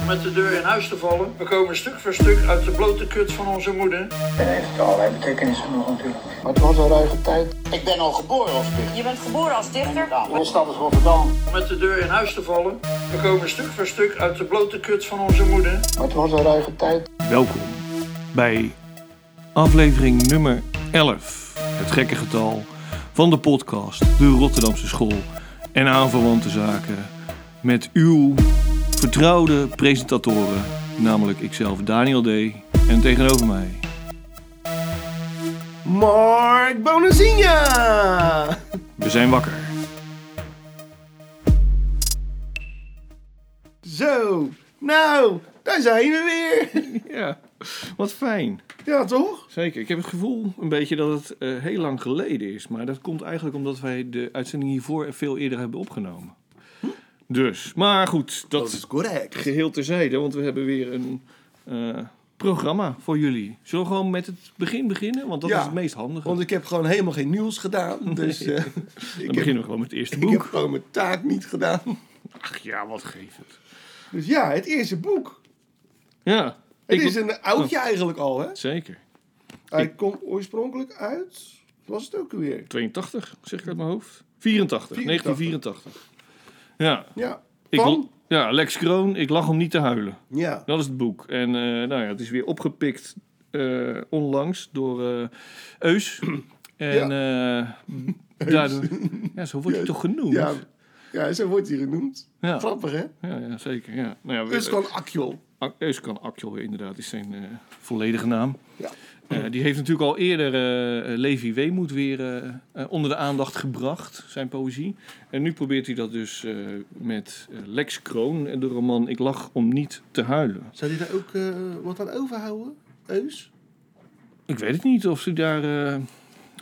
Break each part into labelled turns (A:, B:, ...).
A: om met de deur in huis te vallen. We komen stuk voor stuk uit de blote kut van onze moeder.
B: Dat heeft allerlei betekenissen nog natuurlijk.
C: Maar het was een ruige tijd.
D: Ik ben al geboren als dichter.
E: Je bent geboren als dichter?
D: Mijn stad is Rotterdam.
A: Om met de deur in huis te vallen. We komen stuk voor stuk uit de blote kut van onze moeder.
C: Maar het was een ruige tijd.
F: Welkom bij aflevering nummer 11, het gekke getal, van de podcast De Rotterdamse School en aanverwante zaken met uw vertrouwde presentatoren, namelijk ikzelf Daniel D. en tegenover mij.
G: Mark Bonazinha!
F: We zijn wakker.
G: Zo, nou, daar zijn we weer.
F: Ja, wat fijn.
G: Ja, toch?
F: Zeker. Ik heb het gevoel een beetje dat het eh, heel lang geleden is. Maar dat komt eigenlijk omdat wij de uitzending hiervoor veel eerder hebben opgenomen. Dus, maar goed, dat,
G: Dat is correct.
F: geheel terzijde, want we hebben weer een eh, programma voor jullie. Zullen we gewoon met het begin beginnen? Want dat
G: Ja.
F: is het meest handige.
G: Want ik heb gewoon helemaal geen nieuws gedaan. Dus eh,
F: Dan
G: ik, heb,
F: beginnen we gewoon met het eerste
G: ik heb
F: boek.
G: gewoon mijn taak niet gedaan.
F: Ach ja, wat geeft het.
G: Dus ja, het eerste boek.
F: Ja, ik-
G: Het
F: Oh.
G: is een oudje eigenlijk al, hè?
F: zeker.
G: Hij komt oorspronkelijk uit... wat Was het ook weer?
F: 82, zeg ik uit mijn hoofd. 84,
G: 84.
F: 1984. Ja,
G: Ja.
F: ik,
G: Van?
F: ja, Lex Kroon, ik lag om niet te huilen.
G: Ja.
F: Dat is het boek. En eh, nou ja, het is weer opgepikt eh, onlangs door eh Eus. En eh, daardoor, ja, zo wordt hij toch genoemd.
G: Ja, ja, zo wordt hij genoemd.
F: Ja.
G: Grappig, hè?
F: Ja, ja zeker. Ja. Nou ja, we-
G: Uskan Akjol.
F: Ak- Euskan Akjol, inderdaad, is zijn eh, volledige naam.
G: Ja.
F: Eh, die heeft natuurlijk al eerder eh, eh, Levi Weemoed weer eh, eh, onder de aandacht gebracht, zijn poëzie. En nu probeert hij dat dus eh, met eh, Lex Kroon, en de roman Ik lach om niet te huilen.
G: Zou hij daar ook eh, wat aan overhouden? Eus?
F: Ik weet het niet of ze daar... eh,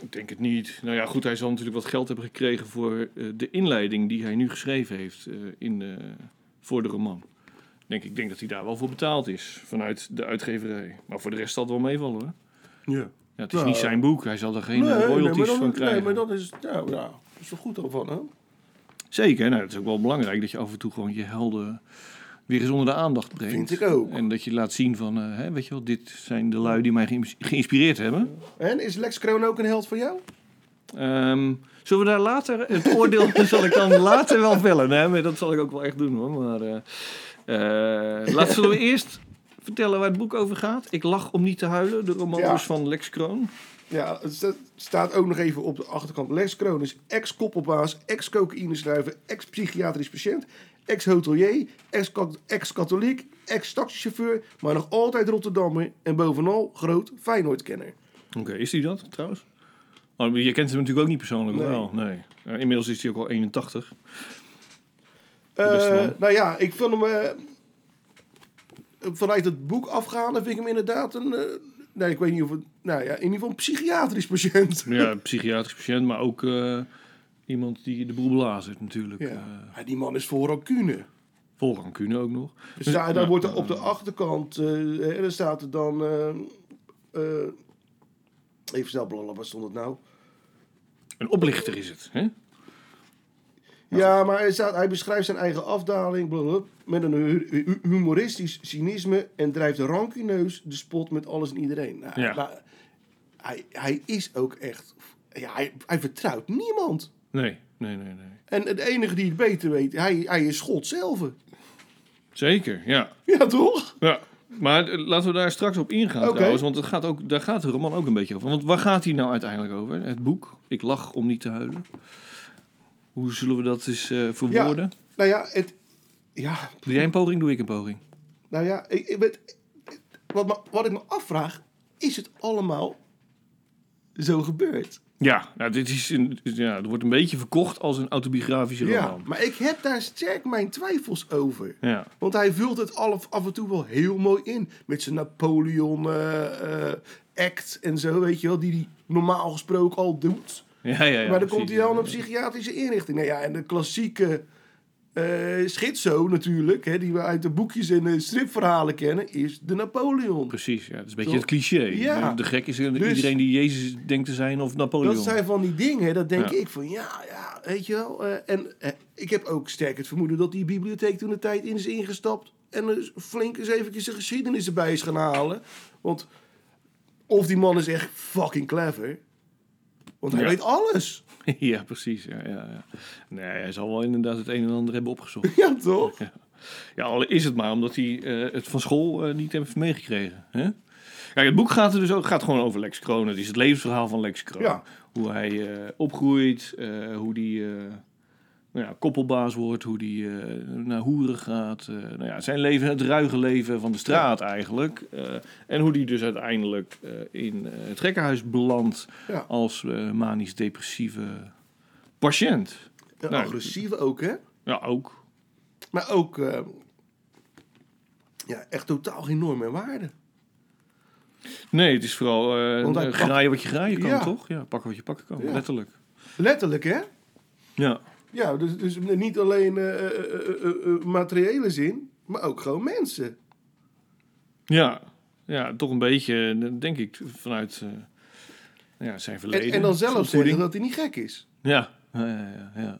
F: ik denk het niet. Nou ja, goed, hij zal natuurlijk wat geld hebben gekregen voor eh, de inleiding die hij nu geschreven heeft eh, in, eh, voor de roman. Ik Denk, ik denk dat hij daar wel voor betaald is, vanuit de uitgeverij. Maar voor de rest zal het wel meevallen hoor.
G: Ja.
F: Ja, het is
G: Nou,
F: niet zijn boek. Hij zal er geen eh, royalties
G: maar dan,
F: van krijgen.
G: Nee, maar dat is, nou ja, dat is er goed dan van, hè?
F: Zeker. Nou, het is ook wel belangrijk dat je af en toe gewoon je helden weer eens onder de aandacht brengt.
G: Vind ik ook.
F: En dat je laat zien van, eh, hè, weet je wel, dit zijn de lui die mij geïns- geïnspireerd hebben.
G: En is Lex Kroon ook een held van jou?
F: Ehm, zullen we daar later het oordeel zal ik dan later wel vellen. Hè? Maar dat zal ik ook wel echt doen hoor. Maar eh, eh, laten zullen we eerst vertellen waar het boek over gaat. Ik lach om niet te huilen. De roman
G: Ja.
F: dus van Lex Kroon.
G: Ja, het sta- staat ook nog even op de achterkant. Lex Kroon is ex-koppelbaas, ex-cocaïneschuiver, ex-psychiatrisch patiënt, ex-hotelier, ex-kat- ex-katholiek, ex-taxichauffeur, maar nog altijd Rotterdammer en bovenal groot Feyenoord-kenner.
F: Oké, is hij dat trouwens? Oh, je kent hem natuurlijk ook niet persoonlijk
G: Nee.
F: wel. Nee. Eh, inmiddels is hij ook al 81. beste
G: Eh
F: man.
G: nou ja, ik vind hem... eh, vanuit het boek afgaande vind ik hem inderdaad een... eh, nee, ik weet niet of het... Nou ja, in ieder geval een psychiatrisch patiënt.
F: Ja, een psychiatrisch patiënt, maar ook eh, iemand die de boel belazert natuurlijk.
G: Ja.
F: Eh,
G: Maar die man is voor rancune.
F: vol rancune ook nog.
G: Dus daar, daar
F: ja,
G: wordt er op de achterkant... eh hè, daar staat er dan... eh, eh, even snel blallen, wat stond het nou?
F: Een oplichter is het. Hè?
G: Ja, maar hij, staat, hij beschrijft zijn eigen afdaling blablabla, met een hu- hu- humoristisch cynisme en drijft rancuneus de spot met alles en iedereen. Nou,
F: Ja.
G: maar hij, hij is ook echt. Ja, hij, hij vertrouwt niemand.
F: Nee, nee, nee, nee.
G: En het enige die het beter weet, hij, hij is God zelf.
F: Zeker, ja.
G: Ja, toch?
F: ja. Maar eh, laten we daar straks op ingaan
G: Oké.
F: trouwens, want het gaat ook, daar gaat de roman ook een beetje over. Want waar gaat hij nou uiteindelijk over? Het boek, Ik lach om niet te huilen. Hoe zullen we dat eens eh, verwoorden?
G: Nou ja, het, ja,
F: Doe jij een poging, doe ik een poging.
G: nou ja ik, ik weet- wat, me- wat ik me afvraag, is het allemaal zo gebeurd?
F: Ja, nou, dit is een, ja, het wordt een beetje verkocht als een autobiografische
G: Ja,
F: roman.
G: maar ik heb daar sterk mijn twijfels over.
F: Ja.
G: Want hij vult het al- af en toe wel heel mooi in. Met zijn Napoleon eh, eh, act en zo, weet je wel. Die hij normaal gesproken al doet.
F: Ja, ja, ja,
G: maar dan
F: precies.
G: komt hij dan op psychiatrische inrichting. Nou ja, en de klassieke eh schizo natuurlijk. Hè, die we uit de boekjes en eh, stripverhalen kennen. Is de Napoleon.
F: Precies, ja. Dat is een beetje
G: Toch?
F: het cliché.
G: Ja.
F: De gek is eh,
G: Dus-
F: iedereen die Jezus denkt te zijn of Napoleon.
G: Dat zijn van die dingen, dat denk
F: Ja.
G: ik van ja, ja, weet je wel. eh, en eh, Ik heb ook sterk het vermoeden dat die bibliotheek toen de tijd in is ingestapt. En er flink eens eventjes de geschiedenis erbij is gaan halen. Want of die man is echt fucking clever. Want hij
F: Ja.
G: weet alles.
F: ja, precies. Ja, ja, ja. Nee, hij zal wel inderdaad het een en ander hebben opgezocht.
G: Ja, toch?
F: Ja, al is het maar omdat hij eh, het van school eh, niet heeft meegekregen. Hè? Kijk, het boek gaat er dus ook, gaat gewoon over Lex Kroon. Het is het levensverhaal van Lex Kroon.
G: Ja.
F: Hoe hij eh, opgroeit, eh, hoe die eh, nou ja, koppelbaas wordt, hoe die eh, naar hoeren gaat. eh, nou ja, zijn leven, het ruige leven van de straat eigenlijk. eh, en hoe die dus uiteindelijk eh, in eh, het gekkenhuis belandt
G: Ja.
F: als eh, manisch-depressieve patiënt.
G: En
F: Nou,
G: agressieve ook, hè?
F: Ja, ook.
G: Maar ook eh, ja, echt totaal geen normen en waarden.
F: Nee, het is vooral eh
G: Want hij
F: eh,
G: pakt-
F: graaien wat je graaien kan,
G: Ja.
F: toch? Ja, pakken wat je pakken kan,
G: Ja.
F: letterlijk.
G: Letterlijk, hè?
F: Ja.
G: Ja, dus, dus niet alleen eh, eh, eh, eh, eh, materiële zin, maar ook gewoon mensen.
F: ja. Ja, toch een beetje, eh, denk ik, vanuit eh, ja, zijn verleden.
G: En, en dan zelf
F: zijn
G: zeggen
F: opvoeding.
G: dat hij niet gek is.
F: Ja. Ja, ja, ja, ja.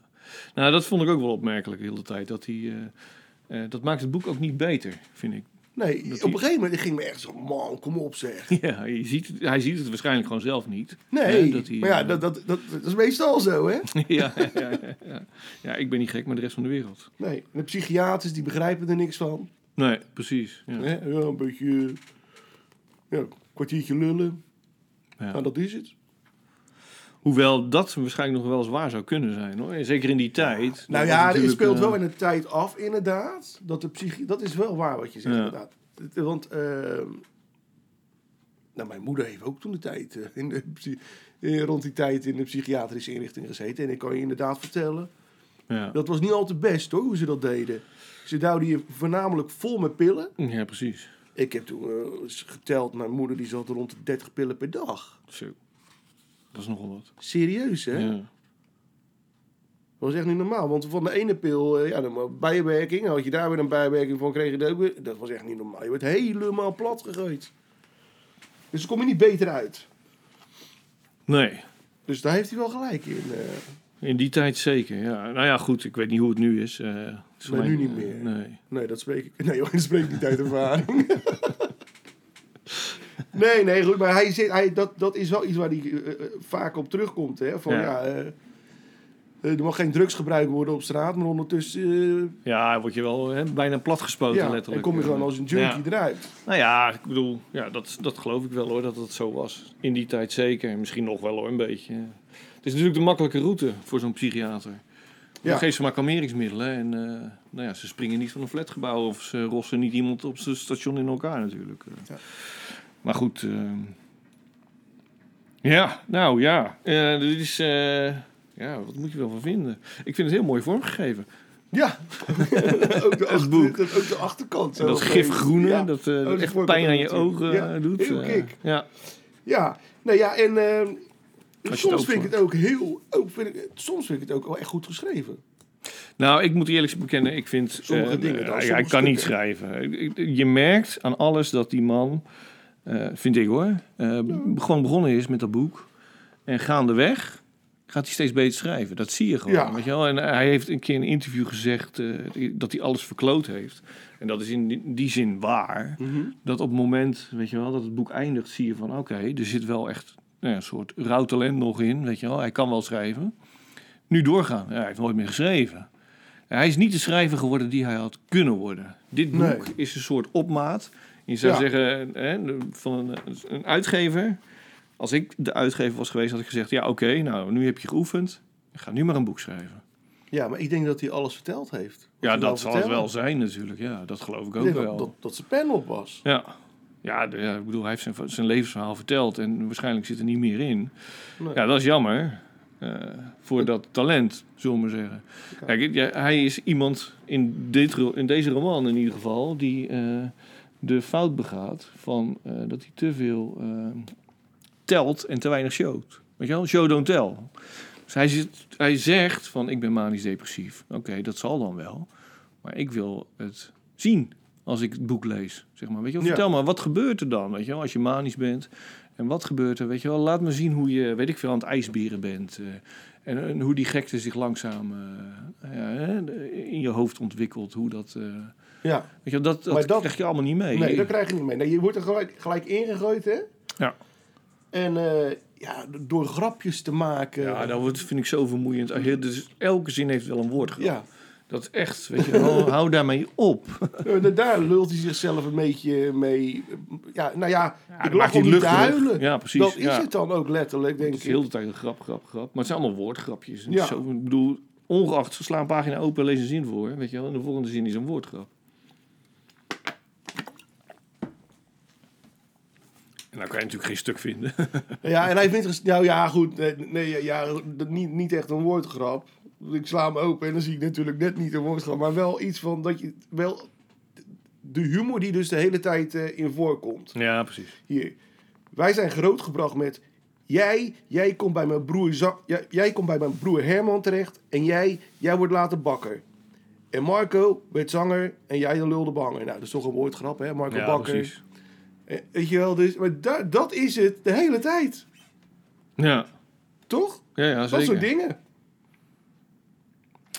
F: Nou, dat vond ik ook wel opmerkelijk de hele tijd. Dat, hij, eh, eh, dat maakt het boek ook niet beter, vind ik.
G: Nee,
F: Dat
G: op een
F: hij-
G: gegeven moment ging me echt zo, man, kom op zeg.
F: Ja, je ziet, het- hij ziet het waarschijnlijk gewoon zelf niet.
G: Nee,
F: Hè, dat hij,
G: maar ja,
F: eh,
G: dat, dat, dat, dat is meestal zo, hè?
F: ja, ja, ja, ja. ja, ik ben niet gek, maar de rest van de wereld.
G: Nee, en de psychiaters die begrijpen er niks van.
F: Nee, precies. Ja.
G: Hè? Ja, een beetje, eh, ja, een kwartiertje lullen.
F: Ja.
G: Nou, dat is het.
F: Hoewel dat waarschijnlijk nog wel eens waar zou kunnen zijn, hoor. En Zeker in die tijd.
G: Nou
F: Dat
G: ja, het
F: natuurlijk,
G: speelt
F: eh,
G: wel in de tijd af, inderdaad. Dat, de psychi- dat is wel waar wat je zegt,
F: Ja.
G: inderdaad. Het- Want ehm, nou, mijn moeder heeft ook toen de tijd eh, in de psy- eh, rond die tijd in de psychiatrische inrichting gezeten. En ik kan je inderdaad vertellen,
F: Ja.
G: dat was niet al te best hoor, hoe ze dat deden. Ze duwden je voornamelijk vol met pillen.
F: ja, precies.
G: Ik heb toen eh, eens geteld, mijn moeder die zat rond de 30 pillen per dag.
F: Zo. Dat is nogal wat.
G: Serieus, hè?
F: Ja.
G: Dat was echt niet normaal. Want van de ene pil, eh, ja, dan bijwerking. Had je daar weer een bijwerking van, kreeg je dat ook weer. Dat was echt niet normaal. Je werd helemaal plat gegooid. Dus daar kom je niet beter uit.
F: Nee,
G: Dus daar heeft hij wel gelijk in. eh.
F: in die tijd zeker. Ja. Nou ja, goed, ik weet niet hoe het nu is. eh, het is
G: Maar
F: alleen-
G: nu niet meer.
F: nee.
G: Nee, dat spreek ik. Nee, joh, dat spreek ik niet uit ervaring. nee, nee, goed. Maar hij zit, hij, dat, dat is wel iets waar hij eh, eh, vaak op terugkomt. Hè? Van
F: Ja.
G: ja, eh, eh, er mag geen drugs gebruikt worden op straat, maar ondertussen. eh,
F: Ja, word je wel hè, bijna platgespoten,
G: ja, en
F: letterlijk. eh,
G: kom je gewoon als een junkie
F: Ja.
G: eruit.
F: Nou ja, ik bedoel, ja, dat, dat geloof ik wel hoor, dat dat zo was. In die tijd zeker. Misschien nog wel hoor, een beetje. Het is natuurlijk de makkelijke route voor zo'n psychiater. Ja.
G: Ja.
F: Dan geef ze maar kalmeringsmiddelen en eh, nou ja, ze springen niet van een flatgebouw of ze rossen niet iemand op zijn station in elkaar natuurlijk. Eh.
G: Ja.
F: Maar goed. ehm, ja, nou ja. Eh, dit is, eh, ja, wat moet je wel van vinden? Ik vind het heel mooi vormgegeven.
G: Ja, ook, de achter,
F: boek.
G: dat- ook de achterkant.
F: En
G: zo
F: dat
G: opeens.
F: gif groene,
G: Ja.
F: dat, eh,
G: Oh, dat
F: echt
G: hoort
F: pijn
G: ook
F: aan je
G: natuurlijk.
F: ogen
G: Ja,
F: eh, doet.
G: heel
F: eh,
G: kick.
F: ja,
G: Ja, nou ja, en ehm,
F: het
G: soms
F: ook
G: vind ik het ook heel... Ook vind ik, soms vind ik het ook wel echt goed geschreven.
F: Nou, ik moet eerlijk bekennen, ik vind...
G: Sommige
F: eh,
G: dingen dan,
F: hij- Hij,
G: sommige
F: kan niet
G: stukken.
F: schrijven. Ik- ik- Je merkt aan alles dat die man, eh, vind ik hoor, eh, b- gewoon begonnen is met dat boek. En gaandeweg gaat hij steeds beter schrijven. Dat zie je gewoon,
G: Ja.
F: weet je wel. En hij heeft een keer in een interview gezegd eh, dat hij alles verkloot heeft. En dat is in die- die zin waar. Dat op het moment, weet je wel, dat het boek eindigt, zie je van... Oké, er zit wel echt nou ja, een soort rouwtalent nog in, weet je wel. Hij kan wel schrijven. Nu doorgaan. Ja, hij heeft nooit meer geschreven. Hij is niet de schrijver geworden die hij had kunnen worden. Dit boek
G: Nee.
F: is een soort opmaat. Je zou
G: Ja.
F: zeggen, hè, de- van een, een uitgever. Als ik de uitgever was geweest, had ik gezegd... Ja, oké, nou, nu heb je geoefend. Ga nu maar een boek schrijven.
G: Ja, maar ik denk dat hij alles verteld heeft. Wat
F: Ja,
G: hij wou
F: dat zal het
G: vertellen.
F: wel zijn natuurlijk. Ja, dat geloof ik ook
G: Ik denk
F: wel.
G: dat, dat, dat zijn pen op was.
F: Ja. Ja, de- ja, ik bedoel, hij heeft zijn, zijn levensverhaal verteld en waarschijnlijk zit er niet meer in.
G: Nee.
F: Ja, dat is jammer eh, voor dat talent, zullen we maar zeggen. Kijk, ja, hij is iemand in, dit, ro- in deze roman in ieder geval die eh, de fout begaat van eh, dat hij te veel eh, telt en te weinig showt. Weet je wel, show don't tell. Dus hij, zit, hij zegt van ik ben manisch depressief. Oké, dat zal dan wel. Maar ik wil het zien als ik het boek lees. Zeg maar. Weet je, wel.
G: Ja.
F: vertel maar, wat gebeurt er dan? Weet je, wel, als je manisch bent En wat gebeurt er? Weet je wel, laat me zien hoe je, weet ik veel, aan het ijsbieren bent. eh, en, en hoe die gekte zich langzaam eh, ja, hè, in je hoofd ontwikkelt. Hoe dat, eh,
G: Ja,
F: weet je wel, dat, dat,
G: Maar dat-
F: krijg je allemaal niet mee.
G: nee, dat krijg je niet mee. Nee, je wordt er gelijk, gelijk ingegooid, hè?
F: Ja.
G: En eh, ja, door grapjes te maken.
F: ja, nou, dat wordt- vind ik zo vermoeiend. Heel- Dus elke zin heeft wel een woord gehad.
G: Ja.
F: Dat is echt, weet je, wel, hou daarmee op.
G: Eh, en daar lult hij zichzelf een beetje mee. Ja, nou ja, ik
F: maakt
G: lach om
F: hij
G: niet te
F: luchtig.
G: huilen.
F: Ja, precies,
G: Dat is
F: ja.
G: het dan ook letterlijk, denk
F: Het
G: ik.
F: is heel de tijd een grap, grap, grap. Maar het zijn allemaal woordgrapjes. En
G: Ja.
F: Zo, ik bedoel, ongeacht, sla een pagina open, lees een zin voor. Weet je wel, en de volgende zin is een woordgrap. En dan kan je natuurlijk geen stuk vinden.
G: Ja, en hij vindt... ges- Nou ja, goed. Nee, nee, ja, ja, dat niet, niet echt een woordgrap. Ik sla hem open en dan zie ik natuurlijk net niet een woordgrap. Maar wel iets van dat je... Wel de humor die dus de hele tijd eh, in voorkomt.
F: ja, precies.
G: Hier. Wij zijn grootgebracht met... Jij, jij komt bij mijn broer, Za- jij, jij komt bij mijn broer Herman terecht. En jij, jij wordt later bakker. En Marco werd zanger en jij de lulde banger. Nou, dat is toch een woordgrap, hè? Marco
F: Ja,
G: bakker.
F: precies.
G: Eh, Weet je wel, dus... Maar da- dat is het de hele tijd.
F: Ja,
G: Toch?
F: ja, ja zeker.
G: Dat soort dingen.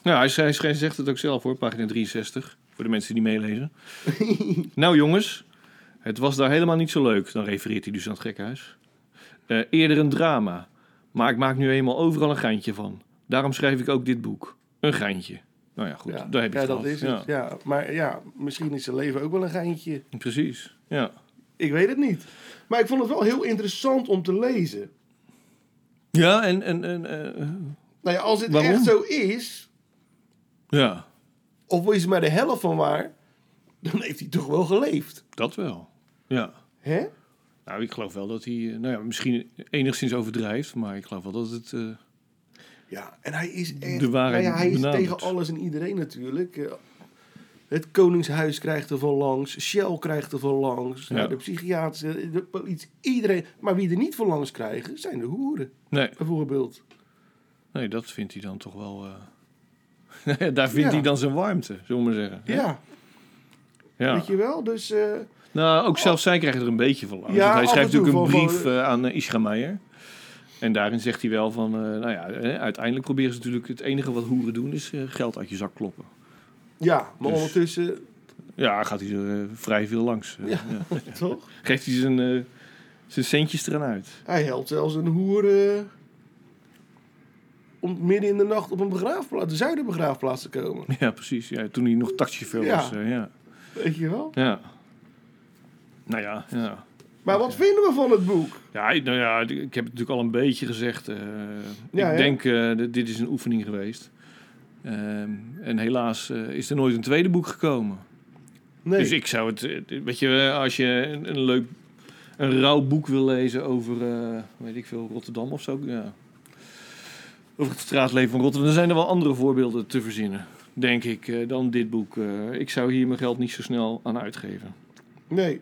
F: Ja, hij, hij, hij zegt het ook zelf hoor, pagina 63. Voor de mensen die meelezen. nou jongens, het was daar helemaal niet zo leuk. Dan refereert hij dus aan het gekhuis. Eh, eerder een drama. Maar ik maak nu eenmaal overal een geintje van. Daarom schrijf ik ook dit boek. Een geintje. Nou ja, goed. Daar heb je
G: ja,
F: het
G: dat
F: gehad.
G: is het. Ja.
F: Ja,
G: maar ja, misschien is zijn leven ook wel een geintje.
F: Precies. Ja.
G: Ik weet het niet. Maar ik vond het wel heel interessant om te lezen.
F: Ja, en... en, en eh,
G: Nou ja, als het
F: Waarom?
G: echt zo is,
F: ja,
G: of is het maar de helft van waar, dan heeft hij toch wel geleefd.
F: dat wel. Ja.
G: Hè?
F: Nou, ik geloof wel dat hij... eh, Nou ja, misschien enigszins overdrijft. Maar ik geloof wel dat het... eh,
G: Ja, en hij is echt...
F: De waarheid
G: nou ja, hij is
F: benadert.
G: tegen alles en iedereen natuurlijk. Eh, Het Koningshuis krijgt er van langs, Shell krijgt er van langs,
F: Ja.
G: nou, de psychiatrische, de politie, iedereen. Maar wie er niet van langs krijgen, zijn de hoeren,
F: nee.
G: bijvoorbeeld.
F: Nee, dat vindt hij dan toch wel. eh, Daar vindt
G: Ja.
F: hij dan zijn warmte, zullen we maar zeggen.
G: Ja,
F: Ja.
G: weet je wel? Dus... eh,
F: Nou, ook zelfs zij krijgen er een beetje van. langs. Want
G: Ja,
F: hij
G: af en
F: schrijft
G: toe
F: natuurlijk een
G: van-
F: brief
G: van-
F: eh, aan eh, Ischa Meijer. En daarin zegt hij wel van, eh, nou ja, eh, uiteindelijk proberen ze natuurlijk het enige wat hoeren doen is eh, geld uit je zak kloppen.
G: Ja, maar
F: Dus-
G: ondertussen
F: Ja, gaat hij er eh, vrij veel langs. eh, ja.
G: toch?
F: Geeft hij zijn, eh, zijn centjes eraan uit.
G: Hij helpt zelfs een hoer eh, om midden in de nacht op een begraafplaats, de zuiderbegraafplaats te komen.
F: Ja, precies. Ja, toen hij nog taxichauffeur
G: Ja.
F: was. eh, ja.
G: Weet je wel?
F: ja. Nou ja, ja.
G: Maar wat vinden we van het boek?
F: Ja, ik- nou ja, ik heb het natuurlijk al een beetje gezegd. eh,
G: Ja,
F: ik
G: ja.
F: denk, eh, dat dit is een oefening geweest. Ehm, en helaas eh, is er nooit een tweede boek gekomen.
G: Nee.
F: Dus ik zou het, eh, weet je, eh, als je een, een leuk, een rauw boek wil lezen over, eh, weet ik veel, Rotterdam of zo. Ja. Over het straatleven van Rotterdam. Dan zijn er wel andere voorbeelden te verzinnen, denk ik, eh, dan dit boek. Eh, ik zou hier mijn geld niet zo snel aan uitgeven.
G: Nee.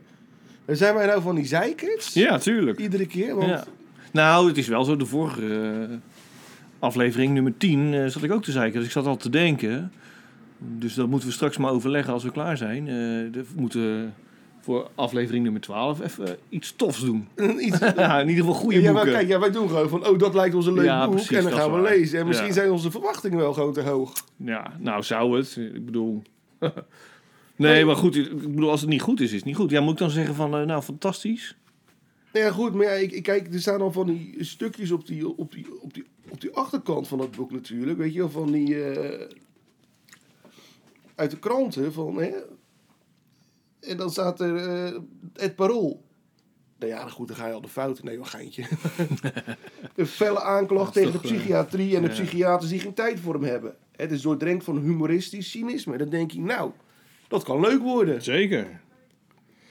G: En Zijn wij nou van die zeikers?
F: Ja, tuurlijk.
G: Iedere keer? Want
F: Ja. Nou, het is wel zo. De vorige eh, aflevering, nummer 10, eh, zat ik ook te zeiken. Dus ik zat al te denken. Dus dat moeten we straks maar overleggen als we klaar zijn. Eh, we moeten voor aflevering nummer 12 even iets tofs doen.
G: iets,
F: Ja, in ieder geval goede
G: ja, maar
F: boeken.
G: kijk, ja, wij doen gewoon van, oh, dat lijkt ons een leuk
F: Ja,
G: boek.
F: precies,
G: en dan
F: dat
G: gaan
F: is
G: we
F: waar.
G: lezen. En misschien
F: Ja.
G: zijn onze verwachtingen wel gewoon te hoog.
F: Ja, nou zou het. Ik bedoel... nee, maar goed. Ik bedoel, als het niet goed is, is het niet goed. Ja, moet ik dan zeggen van, eh, nou, fantastisch?
G: Nou ja, goed, maar ja, ik, ik kijk, er staan al van die stukjes op die, op die, op die, op die achterkant van dat boek natuurlijk. Weet je wel, van die. eh, uit de kranten van. Hè? En dan staat er eh, het parool. Nou ja, goed, dan ga je al de fouten. Nee, een geintje. een felle aanklacht
F: Dat is
G: tegen de
F: toch, eh,
G: psychiatrie en de
F: ja.
G: psychiaters die geen tijd voor hem hebben. Het is doordrenkt van humoristisch cynisme. Dan denk je, nou, dat kan leuk worden.
F: Zeker.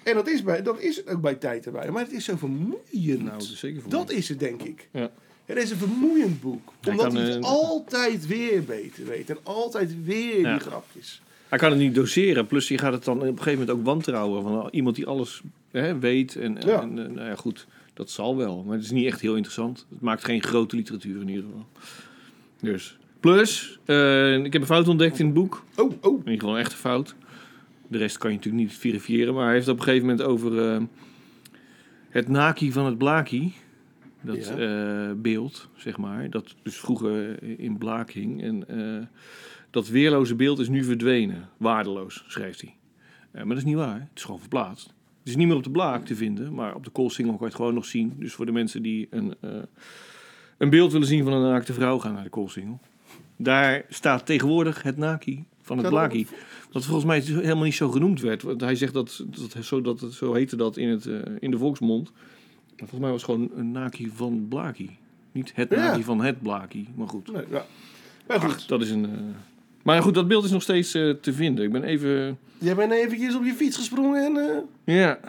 G: En dat is, bij, dat is het ook bij tijd erbij. Maar het is zo vermoeiend.
F: Nou, dat is zeker voor
G: Dat is het, denk ik.
F: Ja.
G: Het is een vermoeiend boek.
F: Hij
G: Omdat
F: kan,
G: hij het
F: eh,
G: altijd weer beter weet. En altijd weer
F: Ja.
G: die grapjes.
F: Hij kan het niet doseren. Plus je gaat het dan op een gegeven moment ook wantrouwen. Van ah, iemand die alles hè, weet. En, en-
G: Ja.
F: en, eh, nou ja, goed, dat zal wel. Maar het is niet echt heel interessant. Het maakt geen grote literatuur in ieder geval. Dus. Plus, eh, ik heb een fout ontdekt in het boek.
G: Oh, oh.
F: In ieder geval een echte fout. De rest kan je natuurlijk niet verifiëren. Maar hij heeft op een gegeven moment over... eh, het Naki van het Blaki, dat
G: Ja.
F: eh, beeld, zeg maar, dat dus vroeger in Blaak hing. En eh, dat weerloze beeld is nu verdwenen. Waardeloos, schrijft hij. Eh, maar dat is niet waar. Het is gewoon verplaatst. Het is niet meer op de Blaak te vinden, maar op de Koolsingel kan je het gewoon nog zien. Dus voor de mensen die een, eh, een beeld willen zien van een naakte vrouw, gaan naar de Koolsingel. Daar staat tegenwoordig het Naki van het
G: Staat dat
F: Blaki. Wat volgens mij helemaal niet zo genoemd werd. Want hij zegt dat, dat, zo, dat het- zo heette dat in, het, eh, in de volksmond. Maar volgens mij was het gewoon een Naki van Blaki. Niet het
G: Ja.
F: Naki van het Blaki, maar goed.
G: Nee, ja. Maar goed,
F: Ach, dat is een. eh, Maar goed, dat beeld is nog steeds eh, te vinden. Ik ben even.
G: jij bent eventjes op je fiets gesprongen en... eh,
F: Ja.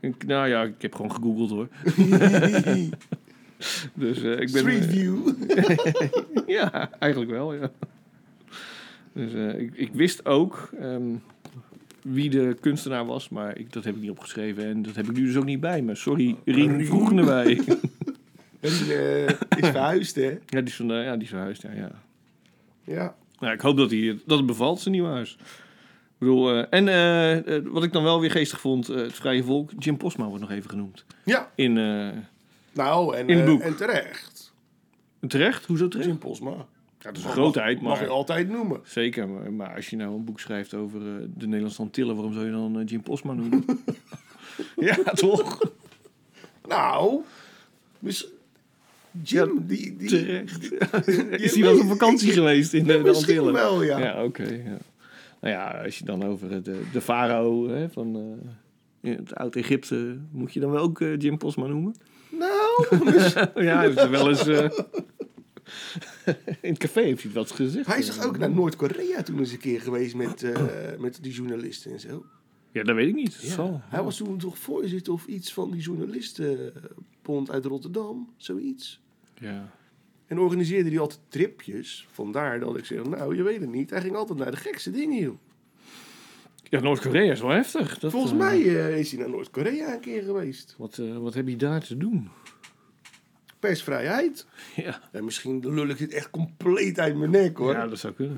F: Ik, nou ja, ik heb gewoon gegoogeld hoor. Dus eh, ik ben.
G: Street
F: eh,
G: view.
F: ja, eigenlijk wel, ja. Dus eh, ik, ik wist ook ehm, wie de kunstenaar was, maar ik, dat heb ik niet opgeschreven en dat heb ik nu dus ook niet bij me. Sorry, Rien vroeg naar mij.
G: En eh, is verhuisd, hè?
F: ja, die is van, eh, ja, die is verhuisd, ja. ja.
G: Ja.
F: Nou, ik hoop dat, hij, dat het bevalt, zijn nieuwe huis. Ik bedoel, eh, en eh, eh, wat ik dan wel weer geestig vond, eh, het Vrije Volk, Jim Posma wordt nog even genoemd.
G: Ja,
F: In, eh,
G: nou, en,
F: In het
G: eh,
F: boek.
G: en terecht.
F: terecht? Hoezo terecht?
G: Jim Posma. Ja, dat is
F: een grootheid,
G: mag, mag
F: maar-
G: je altijd noemen.
F: Zeker, maar, maar als je nou een boek schrijft over eh, de Nederlandse Antillen, waarom zou je dan eh, Jim Posma noemen? ja, toch?
G: Nou, mis- Jim, die... die
F: Terecht. Is hij
G: weet-
F: wel eens op vakantie geweest in eh, de
G: misschien
F: Antillen?
G: wel, ja.
F: oké. ja. Nou ja, als je dan over het, eh, de farao hè, van eh, in het Oud-Egypte, moet je dan wel ook eh, Jim Posma noemen?
G: Nou,
F: ja, hij heeft er wel eens... eh, in het café heeft hij het wel eens gezegd.
G: hij is toch ook naar Noord-Korea toen eens een keer geweest met, eh, met die journalisten en zo.
F: Ja, dat weet ik niet.
G: Ja,
F: Zal.
G: Hij was toen toch voorzitter of iets van die journalistenbond uit Rotterdam, zoiets.
F: Ja.
G: En organiseerde die altijd tripjes. Vandaar dat ik zeg, nou, je weet het niet. Hij ging altijd naar de gekste dingen, joh.
F: ja, Noord-Korea is wel heftig. Dat,
G: Volgens
F: eh,
G: mij eh, is hij naar Noord-Korea een keer geweest.
F: Wat, eh, wat heb je daar te doen?
G: Persvrijheid.
F: Ja.
G: En misschien lul ik het echt compleet uit mijn nek, hoor.
F: Ja, dat zou kunnen.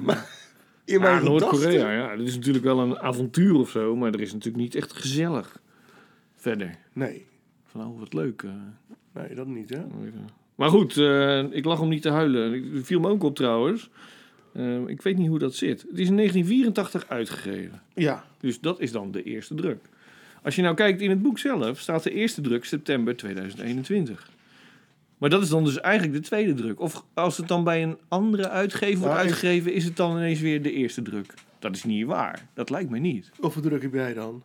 G: In mijn
F: Ja, Noord-Korea,
G: gedachten.
F: ja. Dat is natuurlijk wel een avontuur of zo, maar er is natuurlijk niet echt gezellig verder.
G: Nee,
F: Van, oh, wat leuk. eh.
G: nee, dat niet, hè.
F: Even. Maar goed, eh, ik lag om niet te huilen. Ik viel me ook op trouwens. Eh, ik weet niet hoe dat zit. Het is in 1984 uitgegeven.
G: Ja,
F: Dus dat is dan de eerste druk. Als je nou kijkt in het boek zelf, staat de eerste druk september 2021. Maar dat is dan dus eigenlijk de tweede druk. Of als het dan bij een andere uitgever wordt
G: Ja, ik-
F: uitgegeven, is het dan ineens weer de eerste druk. Dat is niet waar. Dat lijkt me niet.
G: of druk heb jij dan?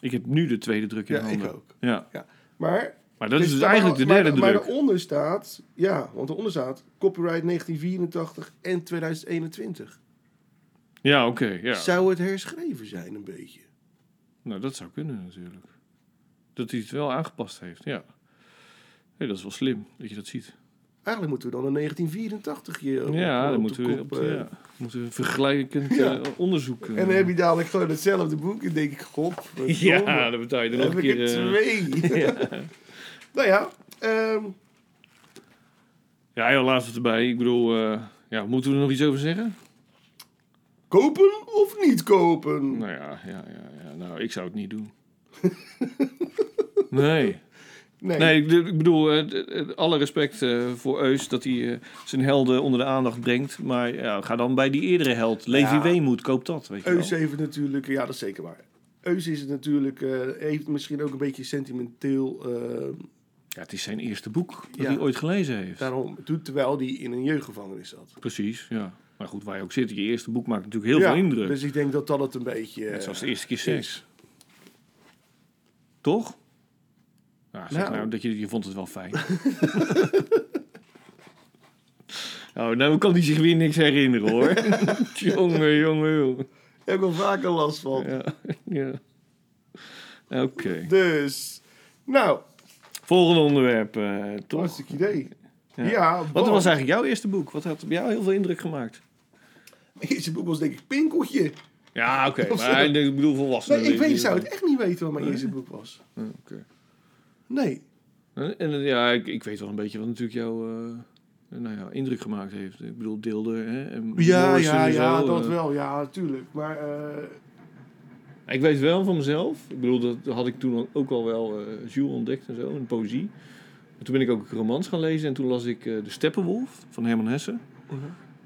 F: Ik heb nu de tweede druk in
G: Ja,
F: handen.
G: ik ook.
F: Ja.
G: Ja, maar...
F: Maar dat is dus
G: daar-
F: eigenlijk de derde
G: maar,
F: druk.
G: Maar daaronder staat... Ja, want daaronder staat... Copyright 1984 en 2021.
F: Ja, oké. ja.
G: Zou het herschreven zijn, een beetje?
F: Nou, dat zou kunnen natuurlijk. Dat hij het wel aangepast heeft, ja. Nee, dat is wel slim dat je dat ziet.
G: Eigenlijk moeten we dan een 1984 je op-
F: ja,
G: Oh, op
F: dan
G: de
F: moeten we,
G: kop,
F: op de-
G: eh.
F: ja, moeten we een vergelijkend
G: Ja.
F: eh, onderzoek... eh,
G: En dan heb je dadelijk gewoon hetzelfde boek. En denk ik, god,
F: Ja, dan betaal je er
G: dan
F: nog
G: heb
F: een
G: ik
F: keer...
G: er
F: eh,
G: twee. nou ja, ehm,
F: Ja, heel laat het erbij. Ik bedoel, eh, ja, moeten we er nog iets over zeggen?
G: kopen of niet kopen?
F: Nou ja, ja, ja, ja. Nou, ik zou het niet doen. nee.
G: Nee.
F: Nee, ik, ik bedoel, eh, d- eh, alle respect eh, voor Eus dat hij eh, zijn helden onder de aandacht brengt. Maar ja, ga dan bij die eerdere held. Levi
G: Ja.
F: Weemoed, koop dat, weet je wel.
G: Eus heeft het natuurlijk, ja, dat is zeker waar. Eus is het natuurlijk, eh, heeft misschien ook een beetje sentimenteel eh,
F: Ja, het is zijn eerste boek dat
G: Ja.
F: hij ooit gelezen heeft.
G: daarom doet, terwijl die in een jeugdgevangenis zat.
F: Precies, ja. Maar goed, waar je ook zit, je eerste boek maakt natuurlijk heel
G: ja,
F: veel indruk.
G: Dus ik denk dat dat het een beetje...
F: Net
G: eh,
F: zoals de eerste keer seks. Toch? Ja, zeg nou,
G: Nou.
F: dat je, je vond het wel fijn. oh, nou kan hij zich weer niks herinneren hoor. jongen, jongen, jongen.
G: Daar heb ik wel vaker last van.
F: Ja, ja. Oké.
G: Dus, nou,
F: Volgende onderwerp, eh, toch?
G: hartstikke idee. Ja,
F: Wat
G: want-
F: was eigenlijk jouw eerste boek? Wat had op jou heel veel indruk gemaakt?
G: Mijn eerste boek was denk ik Pinkeltje.
F: Ja, oké.
G: Of
F: maar
G: zo.
F: ik denk- ik bedoel volwassenen.
G: Nee, ik weet,
F: Die-
G: ik zou het echt niet weten wat mijn eerste boek was.
F: Ja, oké.
G: Nee.
F: En, en, ja, ik, ik weet wel een beetje wat natuurlijk jouw eh, nou ja, indruk gemaakt heeft. Ik bedoel, Deelder hè, en
G: Ja,
F: Morrison
G: ja,
F: en
G: ja,
F: zo,
G: dat
F: eh.
G: wel. Ja, natuurlijk. Maar eh,
F: Ik weet wel van mezelf. Ik bedoel, dat had ik toen ook al wel eh Jules ontdekt en zo, in poëzie. Maar toen ben ik ook romans gaan lezen en toen las ik eh, De Steppenwolf van Herman Hesse.
G: Mhm.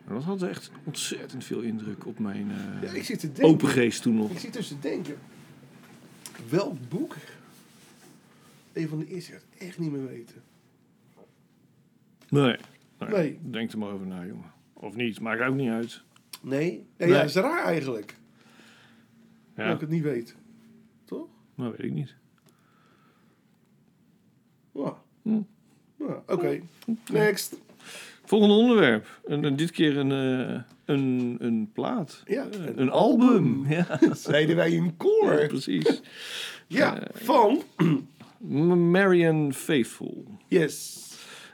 F: En dat had echt ontzettend veel indruk op mijn eh,
G: Ja, ik zit te denken.
F: open geest toen nog.
G: Ik zit dus te denken. Welk boek? Een van de eerste ik het echt niet meer weten.
F: Nee. nee.
G: Nee.
F: Denk er maar over na, jongen. Of niet, maakt ook niet uit.
G: Nee? Ja,
F: Nee.
G: ja, is raar eigenlijk.
F: Ja,
G: Dat ik het niet weet. Toch?
F: maar weet ik niet.
G: Ja.
F: Hm.
G: Ja, Oké. Next.
F: Volgende onderwerp. Een, een- dit keer een, eh, een, een plaat.
G: Ja,
F: Eh,
G: een
F: een, album. Ja,
G: Zeiden wij in koor.
F: precies.
G: Ja, van.
F: M- Marian Faithful.
G: Yes.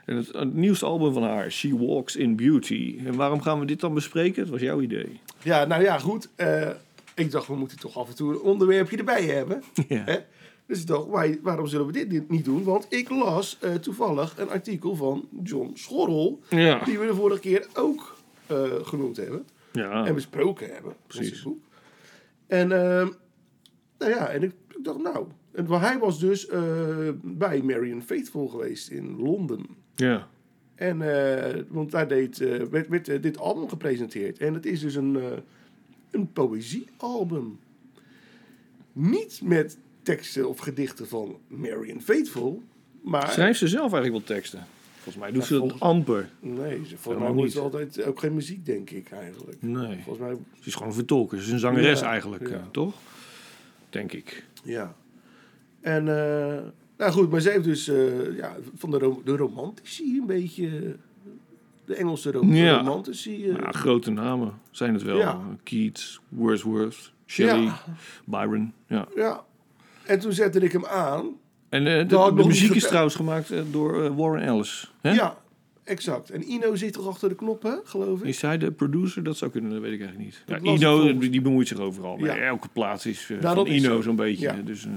F: En het, het nieuwste album van haar, She Walks in Beauty. En waarom gaan we dit dan bespreken? Het was jouw idee.
G: Ja, nou ja, goed. Eh, ik dacht, we moeten toch af en toe een onderwerpje erbij hebben.
F: Ja.
G: Hè? Dus ik dacht, wij- waarom zullen we dit niet- niet doen? Want ik las eh, toevallig een artikel van John Schorrel.
F: Ja.
G: Die we de vorige keer ook eh, genoemd hebben.
F: Ja,
G: En besproken hebben.
F: Oh. Precies.
G: Precies. Boek. En, ehm, nou ja, en ik, ik dacht, nou. En, maar hij was dus eh, bij Marion Faithful geweest in Londen.
F: ja.
G: En, eh, want daar deed, eh, werd, werd eh, dit album gepresenteerd. En het is dus een, eh, een poëziealbum. Niet met teksten of gedichten van Marion Faithful. Maar
F: Schrijft ze zelf eigenlijk wel teksten? Volgens mij doet ze dat
G: volgens-
F: amper.
G: nee, ze,
F: Helemaal
G: volgens mij wordt
F: niet.
G: ze altijd ook geen muziek, denk ik eigenlijk.
F: Nee.
G: Volgens mij,
F: Ze is gewoon een vertolker. Ze is een zangeres
G: Ja,
F: eigenlijk,
G: ja.
F: eh, toch? Denk ik.
G: ja. En, eh, nou goed, maar ze heeft dus eh, ja, van de, ro- de romantici een beetje... De Engelse ro-
F: Ja.
G: romantici. eh,
F: Ja, Nou, grote namen zijn het wel.
G: Ja.
F: Keats, Wordsworth, Shelley,
G: Ja.
F: Byron. Ja.
G: ja. En toen zette ik hem aan.
F: En eh, de-
G: had ik
F: de,
G: Nou, nog niet
F: muziek is
G: verteld.
F: trouwens gemaakt eh, door eh, Warren Ellis. Hè?
G: Ja, exact. En Ino zit toch achter de knoppen, geloof ik?
F: Is hij de producer? Dat zou kunnen, dat weet ik eigenlijk niet. Ja,
G: Dat las ik
F: Ino,
G: volgens-
F: die, die bemoeit zich overal. mee.
G: Ja.
F: Elke plaats is eh,
G: Nou,
F: van
G: dat is
F: Ino
G: zo.
F: zo'n beetje.
G: Ja.
F: hè, Dus, eh,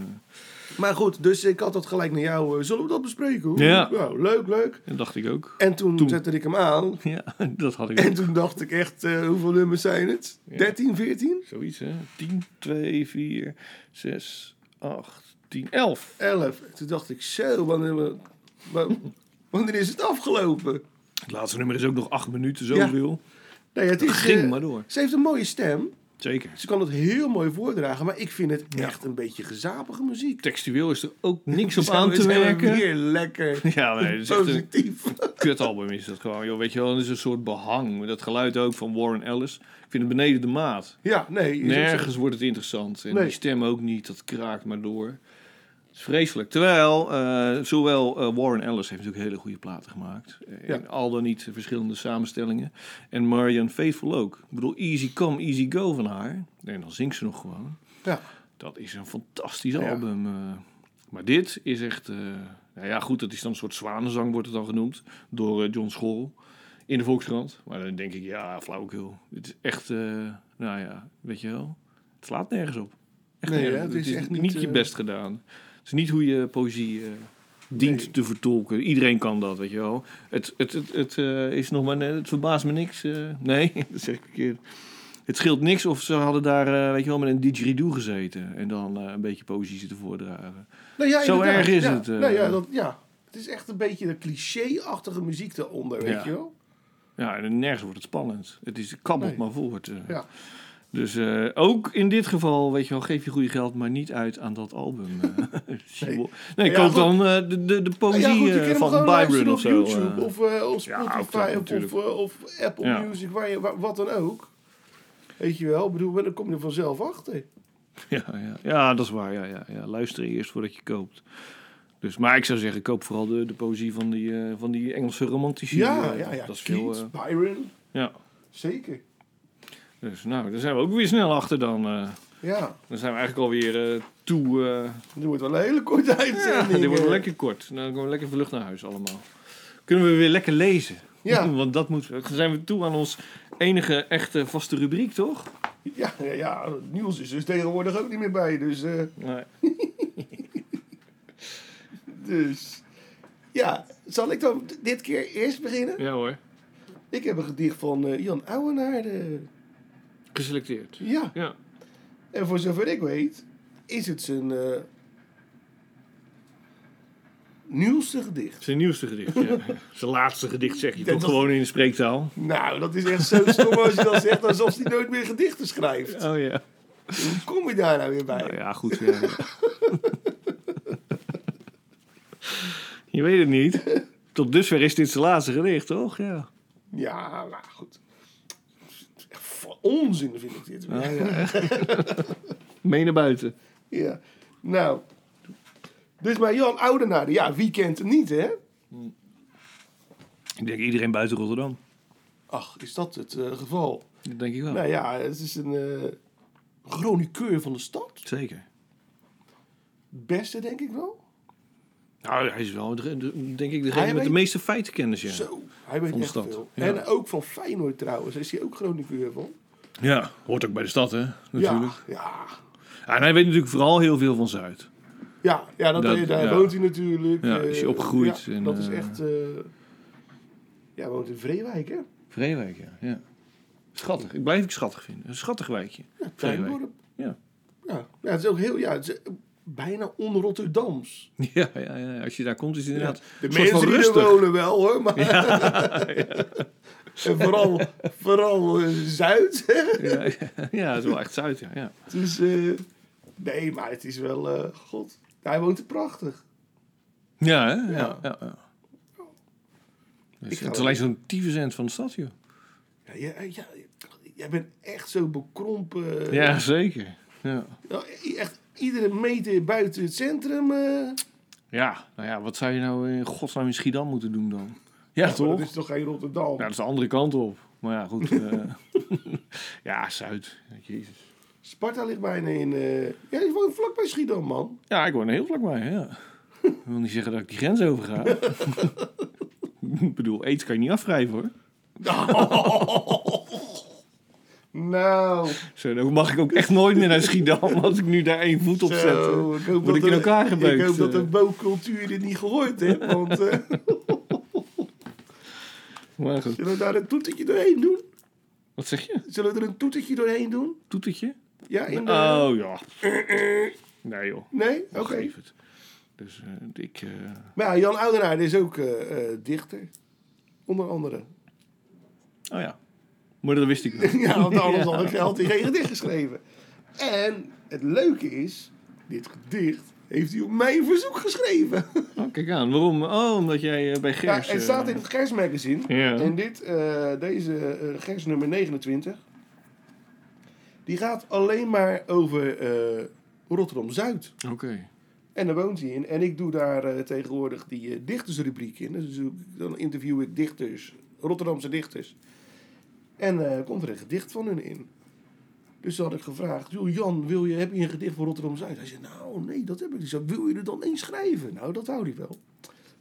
G: Maar goed, dus ik had dat gelijk naar jou. eh, zullen we dat bespreken? Hoe-
F: Ja.
G: Nou, leuk, leuk.
F: dat dacht ik ook.
G: En toen,
F: Toen.
G: zette ik hem aan.
F: Ja, dat had ik ook.
G: En toen dacht ik echt, eh, hoeveel nummers zijn het? 13, 14?
F: Zoiets, hè? 10, 2, 4, 6, 8, 10, 11.
G: 11. Toen dacht ik, zo, wanneer, we- wa- wanneer is het afgelopen?
F: Het laatste nummer is ook nog 8 minuten, zoveel.
G: Nee, het is,
F: Ging
G: eh,
F: maar door.
G: Ze heeft een mooie stem.
F: Zeker.
G: Ze kan het heel mooi voordragen. Maar ik vind het echt een beetje gezapige muziek.
F: Textueel is er ook niks op
G: Zo
F: aan
G: is
F: te
G: hij
F: werken.
G: Weer lekker.
F: Ja, eh, nee, dat is echt een
G: Positief.
F: kutalbum is dat gewoon. Joh, weet je wel, dat is een soort behang. Met Dat geluid ook van Warren Ellis. Ik vind het beneden de maat.
G: Ja, nee. is ook zo.
F: Nergens wordt het interessant. En
G: Nee.
F: die stem ook niet. Dat kraakt maar door. Het is vreselijk. Terwijl, eh, zowel eh, Warren Ellis heeft natuurlijk hele goede platen gemaakt. Eh,
G: Ja.
F: in Al dan niet verschillende samenstellingen. En Marian Faithful ook. Ik bedoel, Easy Come, Easy Go van haar. En dan zingt ze nog gewoon.
G: Ja.
F: Dat is een fantastisch
G: ja.
F: album. eh. maar dit is echt... eh, nou ja, goed, dat is dan een soort zwanenzang wordt het dan genoemd. Door eh, John Schol in de Volkskrant. Maar dan denk ik, ja, flauwekul. Het is echt, eh, nou ja, weet je wel. Het slaat nergens op. Echt
G: Nee,
F: nergens.
G: hè,
F: het is, echt niet, je
G: eh,
F: best gedaan. Het is niet hoe je poëzie eh, dient
G: Nee.
F: te vertolken. Iedereen kan dat, weet je wel. Het, het, het, het, eh, is nog maar, net- het verbaast me niks. eh, nee, dat zeg ik verkeerd. Het scheelt niks of ze hadden daar, eh, weet je wel, met een didgeridoo gezeten. En dan eh, een beetje poëzie zitten voordragen.
G: Nou ja,
F: Zo
G: inderdaad,
F: erg is
G: ja.
F: het, eh.
G: Nou ja, dat, ja, het is echt een beetje de cliché-achtige muziek eronder, weet
F: Ja.
G: je wel?
F: Ja, en nergens wordt het spannend. Het is kabbelt
G: Nee.
F: maar voort. eh.
G: Ja.
F: Dus eh, ook in dit geval, weet je wel, geef je goede geld, maar niet uit aan dat album. eh. She
G: Nee.
F: Wa- nee,
G: Ja,
F: koop
G: goed.
F: dan eh, de, de, de poëzie
G: Nou ja, goed, je
F: eh,
G: kunt hem
F: van
G: gewoon luisteren
F: Byron
G: op
F: of zo.
G: YouTube
F: eh.
G: of, eh, of
F: Ja, ook dat
G: Spotify of,
F: natuurlijk.
G: of, eh, of Apple
F: Ja.
G: Music, waar je, waar- wat dan ook. Weet je wel, Ik bedoel, dan kom je er vanzelf achter.
F: ja, ja. ja, dat is waar. Ja, ja, ja. Luister eerst voordat je koopt. Dus, maar ik zou zeggen, koop vooral de, de poëzie van die, eh, van die Engelse romantici.
G: Ja,
F: eh.
G: ja, ja.
F: Dat is veel,
G: Keats,
F: eh,
G: Byron,
F: ja.
G: zeker.
F: Dus nou, daar zijn we ook weer snel achter dan. eh.
G: Ja,
F: dan zijn we eigenlijk alweer eh, toe... eh,
G: dit wordt wel een hele korte
F: Ja,
G: uitzending.
F: dit wordt
G: eh.
F: lekker kort. Nou, dan komen we lekker vlug naar huis allemaal. Kunnen we weer lekker lezen.
G: Ja.
F: Want dat moeten we. Dan zijn we toe aan ons enige echte vaste rubriek, toch?
G: Ja, ja, ja, het nieuws is dus tegenwoordig ook niet meer bij, dus... eh,
F: Nee.
G: dus ja, zal ik dan dit keer eerst beginnen?
F: Ja hoor.
G: Ik heb een gedicht van eh, Jan Ouwenaarde.
F: Geselecteerd.
G: Ja,
F: Ja.
G: En voor zover ik weet, is het zijn eh, nieuwste gedicht.
F: Zijn nieuwste gedicht, ja. Zijn laatste gedicht zeg je
G: Dat
F: toch
G: was-
F: gewoon in de spreektaal.
G: Nou, dat is echt zo stom als je dat zegt, alsof hij nooit meer gedichten schrijft.
F: Oh ja.
G: Hoe kom je daar nou weer bij?
F: Nou ja, goed. ja. je weet het niet. Tot dusver is dit zijn laatste gedicht, toch? Ja.
G: Ja, maar goed. Echt van onzin vind ik dit. weer.
F: Mee naar buiten.
G: Ja. Nou. Dus maar Jan Oudenaarde, ja, wie kent hem niet, hè?
F: Ik denk iedereen buiten Rotterdam.
G: Ach, is dat het eh, geval?
F: Dat denk ik wel.
G: Nou ja, het is een eh chroniqueur van de stad.
F: Zeker.
G: Beste, denk ik wel.
F: Nou, hij is wel, de- de- denk ik, degene
G: Hij
F: met
G: weet-
F: de meeste feitenkennis, ja.
G: Zo, hij weet
F: Van de
G: echt
F: stad,
G: veel.
F: ja.
G: En ook van Feyenoord trouwens, is hij ook chroniqueur van?
F: Ja, hoort ook bij de stad, hè? Natuurlijk.
G: Ja, ja.
F: En hij weet natuurlijk vooral heel veel van Zuid.
G: Ja, ja dat,
F: Dat-
G: daar
F: ja.
G: woont hij natuurlijk.
F: Ja,
G: eh,
F: is hij opgegroeid
G: ja,
F: en,
G: dat is
F: eh,
G: echt... eh, ja, hij woont in Vreewijk, hè?
F: Vreewijk, ja. ja. Schattig. Ik blijf ik schattig vinden. Een schattig wijkje. Vreewijk.
G: Tuindorp.
F: Ja.
G: Ja. ja, het is ook heel... Ja, het is, eh, bijna on-Rotterdams.
F: Ja, ja, ja, als je daar komt is het inderdaad
G: De
F: een soort van
G: mensen die er
F: rustig.
G: wonen wel, hoor. Maar... en vooral, vooral eh, Zuid.
F: Ja, ja, ja, het is wel echt Zuid, ja. ja.
G: dus, eh, nee, maar het is wel... eh, God, hij woont er prachtig.
F: Ja, hè?
G: Ja.
F: Ja. ja, ja.
G: Ik
F: Dus
G: ga
F: het is
G: wel-
F: alleen zo'n tyfuscent van de stad, joh.
G: Ja, ja, ja, jij bent echt zo bekrompen.
F: Ja, zeker. Ja.
G: Nou, e- echt iedere meter buiten het centrum. eh,
F: ja, nou ja, wat zou je nou in godsnaam in Schiedam moeten doen dan? Ja,
G: Dat
F: toch?
G: is toch geen Rotterdam?
F: Ja, dat is de andere kant op. Maar ja, goed. eh, ja, Zuid. Jezus.
G: Sparta ligt bijna in. eh, ja, je woont vlakbij Schiedam, man.
F: Ja, ik woon er heel vlakbij, ja. Ik wil niet zeggen dat ik die grens over ga. ik bedoel, aids kan je niet afwrijven, hoor.
G: Nou,
F: Zo, dan mag ik ook echt nooit meer naar Schiedam als ik nu daar één voet op zet.
G: zo, ik hoop
F: Word ik in
G: er-
F: elkaar gebeukt.
G: Ik hoop dat de
F: eh.
G: boogcultuur dit niet gehoord heeft. Want eh
F: Maar goed.
G: zullen we daar een toetertje doorheen doen?
F: Wat zeg je?
G: Zullen we er een toetertje doorheen doen?
F: Toetertje?
G: Ja, in de...
F: Oh ja. Nee joh.
G: Nee? Eh. Oké.
F: Geef het. Dus eh, ik. eh,
G: Maar ja, Jan Oudenaarde is ook eh, eh, dichter. Onder andere.
F: Oh ja. Maar dat wist ik niet.
G: Ja, want anders had ik- had hij geen gedicht geschreven. En het leuke is, dit gedicht heeft hij op mijn verzoek geschreven.
F: Oh, kijk aan. Waarom? Oh, omdat jij eh, bij
G: Ja,
F: Gers.
G: het
F: eh,
G: staat in het Gers magazine.
F: Ja.
G: En dit, eh, deze eh Gers nummer 29, die gaat alleen maar over eh, Rotterdam-Zuid.
F: Oké.
G: En daar woont hij in. En ik doe daar eh, tegenwoordig die eh, dichtersrubriek in. Dus doe ik- dan interview ik dichters, Rotterdamse dichters. En eh, komt er een gedicht van hun in. Dus toen had ik gevraagd, joh Jan, wil je, heb je een gedicht voor Rotterdam-Zuid? Hij zei, nou nee, dat heb ik niet. Ik zei, wil je er dan één schrijven? Nou, dat hou hij wel.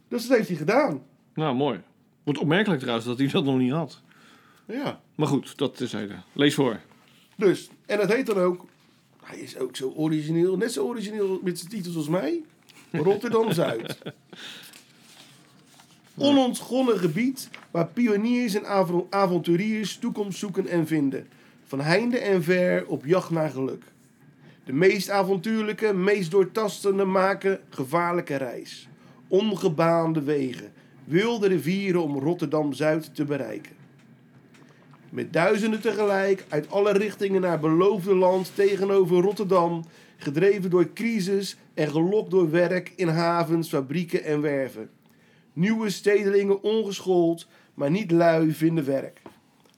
G: Dus dat heeft hij gedaan.
F: Nou, mooi. Wordt opmerkelijk trouwens dat hij dat nog niet had.
G: Ja.
F: Maar goed, dat terzijde. Lees voor.
G: Dus, en dat heet dan ook, hij is ook zo origineel, net zo origineel met zijn titels als mij, Rotterdam-Zuid. Onontgonnen gebied waar pioniers en avro- avonturiers toekomst zoeken en vinden. Van heinde en ver op jacht naar geluk. De meest avontuurlijke, meest doortastende maken gevaarlijke reis. Ongebaande wegen, wilde rivieren om Rotterdam-Zuid te bereiken. Met duizenden tegelijk uit alle richtingen naar beloofde land tegenover Rotterdam, gedreven door crisis en gelokt door werk in havens, fabrieken en werven. Nieuwe stedelingen ongeschoold, maar niet lui vinden werk.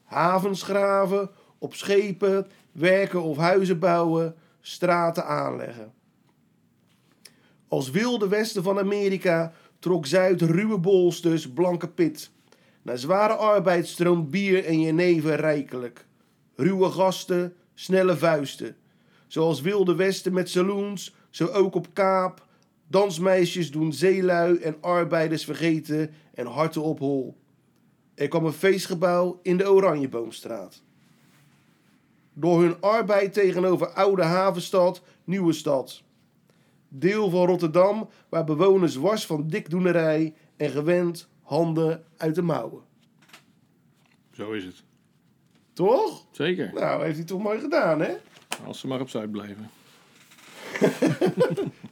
G: Havens graven, op schepen, werken of huizen bouwen, straten aanleggen. Als wilde westen van Amerika trok Zuid ruwe bolsters, blanke pit. Na zware arbeid stroomt bier en jenever rijkelijk. Ruwe gasten, snelle vuisten. Zoals Wilde Westen met saloons, zo ook op Kaap. Dansmeisjes doen zeelui en arbeiders vergeten en harten op hol. Er kwam een feestgebouw in de Oranjeboomstraat. Door hun arbeid tegenover oude havenstad, nieuwe stad. Deel van Rotterdam waar bewoners was van dikdoenerij en gewend handen uit de mouwen.
F: Zo is het.
G: Toch?
F: Zeker.
G: Nou, heeft hij toch mooi gedaan, hè?
F: Als ze maar opzij blijven.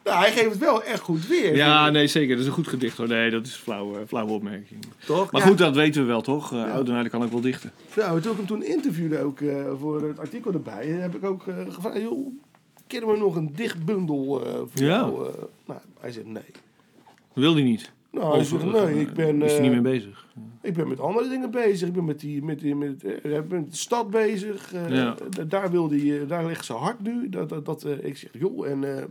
G: Nou, hij geeft het wel echt goed weer.
F: Ja, nee, zeker. Dat is een goed gedicht hoor. Nee, dat is een flauwe, flauwe opmerking.
G: Toch?
F: Maar
G: Ja.
F: goed, dat weten we wel toch? Eh Oudenaarde kan ook wel dichten.
G: Nou, toen ik hem toen interviewde ook eh, voor het artikel erbij, heb ik ook eh, gevraagd, joh, kunnen we nog een dichtbundel eh voor
F: Ja.
G: jou? eh? nou, hij zegt nee.
F: Dat wil hij niet.
G: Nou, hij
F: Of,
G: zegt
F: eh,
G: nee, ik ben,
F: Is hij niet
G: eh,
F: mee bezig?
G: ik ben met andere dingen bezig. Ik ben met, die, met, die, met, eh, ik ben met de stad bezig. eh,
F: Ja.
G: d- daar, wil die, eh, daar ligt zijn hart nu. Dat, dat, dat, eh, ik zeg, joh, en eh,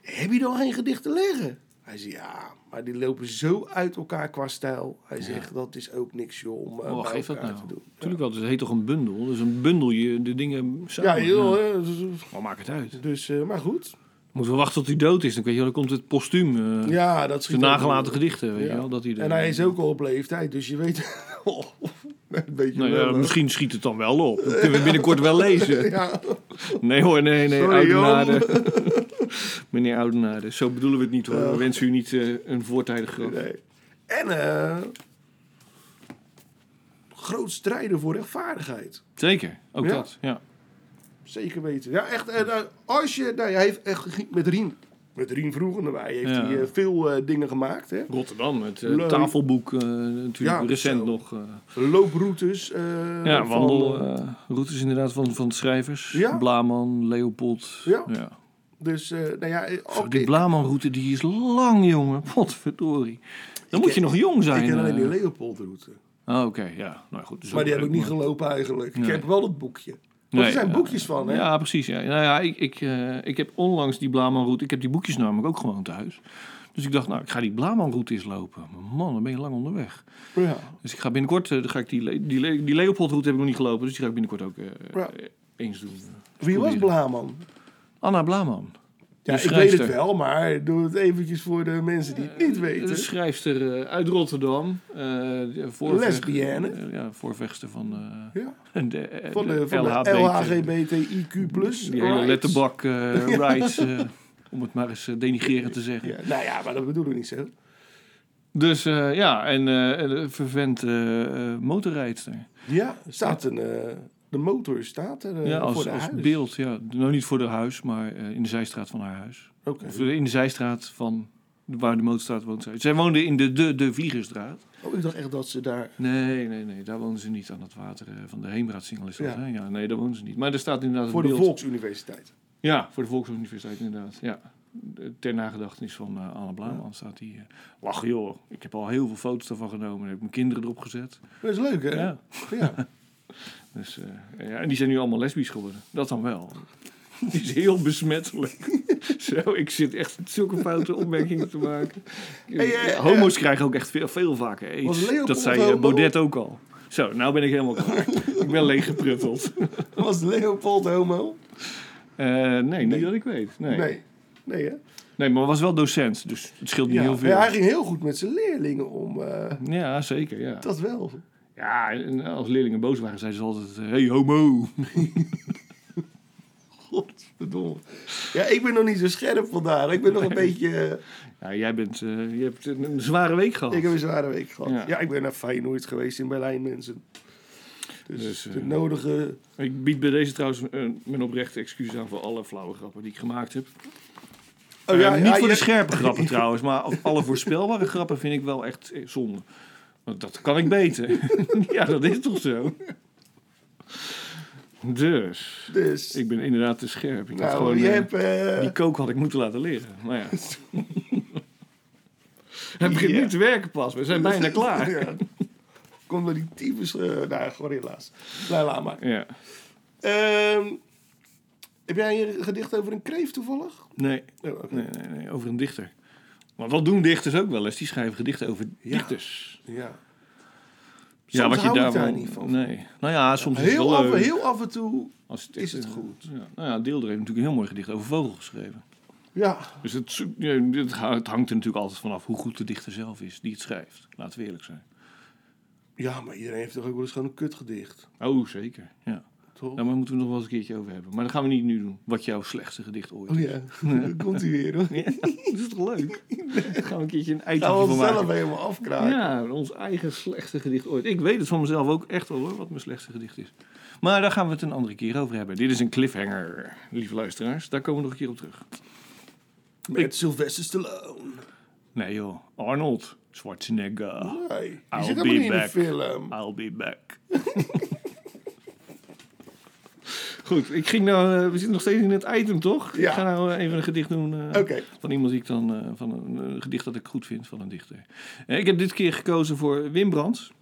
G: heb je dan geen gedichten liggen? Hij zegt, ja, maar die lopen zo uit elkaar qua stijl. Hij zegt, dat is ook niks, joh, om eh,
F: Oh,
G: bij
F: geef dat
G: elkaar
F: nou.
G: te doen.
F: Natuurlijk wel. Dus het heet toch een bundel? Dus een bundel je de dingen
G: Ja,
F: samen.
G: joh,
F: Ja.
G: eh, dus-
F: Maar maakt het uit.
G: Dus, eh, maar goed.
F: Moeten we wachten tot hij dood is. Dan, weet je, wel, dan komt het postuum. eh,
G: Ja, dat
F: zijn
G: schiet
F: nagelaten
G: ook-
F: gedichten. Weet
G: Ja.
F: je wel, dat hij de-
G: En hij is ook al op leeftijd, dus je weet... Oh, een beetje
F: Nou ja,
G: wel, hè?
F: misschien schiet het dan wel op. Dat kunnen we binnenkort wel lezen.
G: Ja.
F: Nee hoor, nee, nee.
G: Sorry, Jan.
F: Oudenaarde. Meneer Oudenaarde, zo bedoelen we het niet hoor. We wensen u niet eh, een voortijdig graf.
G: Nee. En eh groot strijden voor rechtvaardigheid.
F: Zeker, ook
G: Ja.
F: dat. Ja.
G: Zeker weten. Ja, echt. eh, nou, als je... Nou, hij heeft echt ge- met Rien... Met Rien vroeger en wij heeft
F: Ja.
G: hij eh, veel eh, dingen gemaakt. Hè?
F: Rotterdam, het eh,
G: Leuk.
F: tafelboek eh, natuurlijk
G: Ja,
F: recent
G: zo.
F: nog. eh,
G: Looproutes. eh,
F: ja,
G: van, eh,
F: wandelroutes inderdaad van, van schrijvers.
G: Ja.
F: Blaman, Leopold.
G: Ja.
F: Ja.
G: dus, eh, nou ja... eh,
F: Zo,
G: ook-
F: die Blaman-route die is lang, jongen. Potverdorie. Dan moet je nog jong zijn.
G: Ik ken alleen
F: eh.
G: die Leopoldroute.
F: oh, oké, ja. Nou, goed, dus
G: Maar die
F: ook
G: heb ik
F: leuk,
G: niet
F: maar-
G: gelopen eigenlijk. Ik
F: Nee.
G: heb wel dat boekje. Want
F: Nee,
G: er zijn
F: ja.
G: boekjes van, hè?
F: Ja, precies. Ja. Nou ja, ik, ik, eh, ik heb onlangs die Blamanroute... Ik heb die boekjes namelijk ook gewoon thuis. Dus ik dacht, nou, ik ga die Blamanroute eens lopen. Maar man, dan ben je lang onderweg.
G: Ja.
F: Dus ik ga binnenkort... eh, dan ga ik die, Le- die, Le- die Leopoldroute heb ik nog niet gelopen. Dus die ga ik binnenkort ook eh,
G: Ja.
F: eh, eens doen.
G: Wie was Blaman?
F: Anna Blaman.
G: Ja,
F: De
G: ik weet het
F: schrijfster. Eh,
G: wel, maar doe het eventjes voor de mensen die het niet
F: De
G: weten.
F: schrijfster eh, uit Rotterdam. eh, de voorvechter-
G: Lesbienne.
F: eh, ja, voorvechter van... eh,
G: Ja.
F: de, eh,
G: Van de, van
F: LHBT.
G: de LHGBTIQ+.
F: Die hele
G: rights.
F: letterbak eh rights, eh, om het maar eens eh, denigrerend te zeggen.
G: Ja, nou ja, maar dat bedoel ik niet zo.
F: Dus eh, ja, en eh, een vervent eh, eh, motorrijdster.
G: Ja, staat een... eh, de motor staat er eh,
F: ja,
G: voor
F: als,
G: de
F: als
G: huis.
F: beeld. Ja. Nou, niet voor haar huis, maar eh, in de zijstraat van haar huis.
G: Oké.
F: Of eh, in de zijstraat van waar de motorstraat woont. zij. Zij woonde in de, de, de Vliegersstraat.
G: Oh, ik dacht echt dat ze daar...
F: Nee, nee, nee. Daar woonde ze niet aan het water eh, van de Heemraadsingel. Is dat,
G: Ja.
F: hè? ja, nee, daar woonde ze niet. Maar er staat inderdaad
G: Voor
F: een
G: de
F: beeld.
G: Volksuniversiteit.
F: Ja, voor de Volksuniversiteit inderdaad. Ja. Ter nagedachtenis van eh Anne Blaman staat die. eh, lachen joh, ik heb al heel veel foto's daarvan genomen. Daar heb ik mijn kinderen erop gezet.
G: Dat is leuk, hè?
F: Ja.
G: Ja.
F: Dus, eh, ja, en die zijn nu allemaal lesbisch geworden. Dat dan wel. Die is heel besmettelijk. Zo, ik zit echt zulke foute opmerkingen te maken.
G: eh, eh,
F: Homo's krijgen ook echt veel, veel vaker
G: Was
F: aids.
G: Leopold
F: Dat zei eh,
G: homo?
F: Baudet ook al. Zo, nou ben ik helemaal klaar. ik ben leeggeprutteld.
G: Was Leopold homo?
F: Eh nee, niet dat ik weet. Nee. Nee.
G: Nee. Nee, hè?
F: maar was wel docent, dus het scheelt niet
G: Ja,
F: heel veel.
G: ja, hij ging heel goed met zijn leerlingen om. eh,
F: Ja, zeker, ja.
G: dat wel.
F: Ja, en als leerlingen boos waren, zeiden ze altijd... eh, Hey, homo!
G: Godverdomme. Ja, ik ben nog niet zo scherp vandaag. Ik ben nog een beetje... eh,
F: Ja, jij bent, eh, je hebt een, een zware week gehad.
G: ik heb een zware week gehad.
F: Ja.
G: Ja, ik ben naar Feyenoord geweest in Berlijn, mensen. Dus,
F: Dus, eh,
G: de nodige...
F: Ik bied bij deze trouwens eh, mijn oprechte excuus aan voor alle flauwe grappen die ik gemaakt heb.
G: Oh,
F: Eh, niet voor
G: je-
F: de scherpe grappen trouwens, maar alle voorspelbare grappen vind ik wel echt eh, zonde. Want dat kan ik beter. ja, dat is toch zo? Dus,
G: Dus,
F: ik ben inderdaad te scherp. Ik had
G: nou,
F: gewoon,
G: je
F: eh,
G: hebt... eh,
F: die kook had ik moeten laten liggen. Maar ja. Het begint
G: Ja.
F: nu te werken pas. We zijn bijna klaar.
G: ja. Komt door die tyfus... eh nou, gorilla's. Nou, laat maar.
F: Ja.
G: Ehm, heb jij een gedicht over een kreeft toevallig?
F: Nee.
G: Oh, oké.
F: Nee, nee, nee, over een dichter. Maar wat doen dichters ook wel eens? Die schrijven gedichten over dichters.
G: Ja.
F: ja,
G: Soms
F: wat je
G: hou ik
F: daar,
G: daar
F: wel-
G: niet van.
F: Nee. Nou ja, soms is het
G: Heel
F: wel
G: af,
F: leuk.
G: heel af en toe...
F: Als het
G: is
F: echt
G: het
F: een-
G: goed.
F: Ja. Nou ja, Deelder heeft natuurlijk een heel mooi gedicht over vogels geschreven.
G: Ja,
F: Dus het, zo- ja, het ha- het hangt er natuurlijk altijd vanaf hoe goed de dichter zelf is die het schrijft. Laten we eerlijk zijn.
G: Ja, maar iedereen heeft toch ook wel eens gewoon een kutgedicht.
F: Oh, zeker. Ja.
G: toch?
F: Daar moeten we nog wel eens een keertje over hebben. Maar dat gaan we niet nu doen. Wat jouw slechtste gedicht ooit
G: Oh
F: is.
G: ja, dan komt hij weer. hoor.
F: Ja, dat is toch leuk? Daar gaan we een keertje een eitje
G: Gaan we
F: van
G: onszelf
F: maken.
G: helemaal afkraken.
F: Ja, ons eigen slechtste gedicht ooit. Ik weet het van mezelf ook echt wel hoor, wat mijn slechtste gedicht is. Maar daar gaan we het een andere keer over hebben. Dit is een cliffhanger, lieve luisteraars. Daar komen we nog een keer op terug.
G: Met Sylvester Stallone.
F: Nee joh, Arnold Schwarzenegger.
G: Nee, die
F: I'll
G: zit
F: be
G: helemaal niet in de
F: back.
G: film.
F: I'll be back. Goed, ik ging nou, eh, we zitten nog steeds in het item, toch?
G: Ja.
F: Ik ga nou eh, even een gedicht doen eh,
G: Oké,
F: van iemand die ik dan, eh, van een, eh, gedicht dat ik goed vind van een dichter. Eh, ik heb dit keer gekozen voor Wim Brands.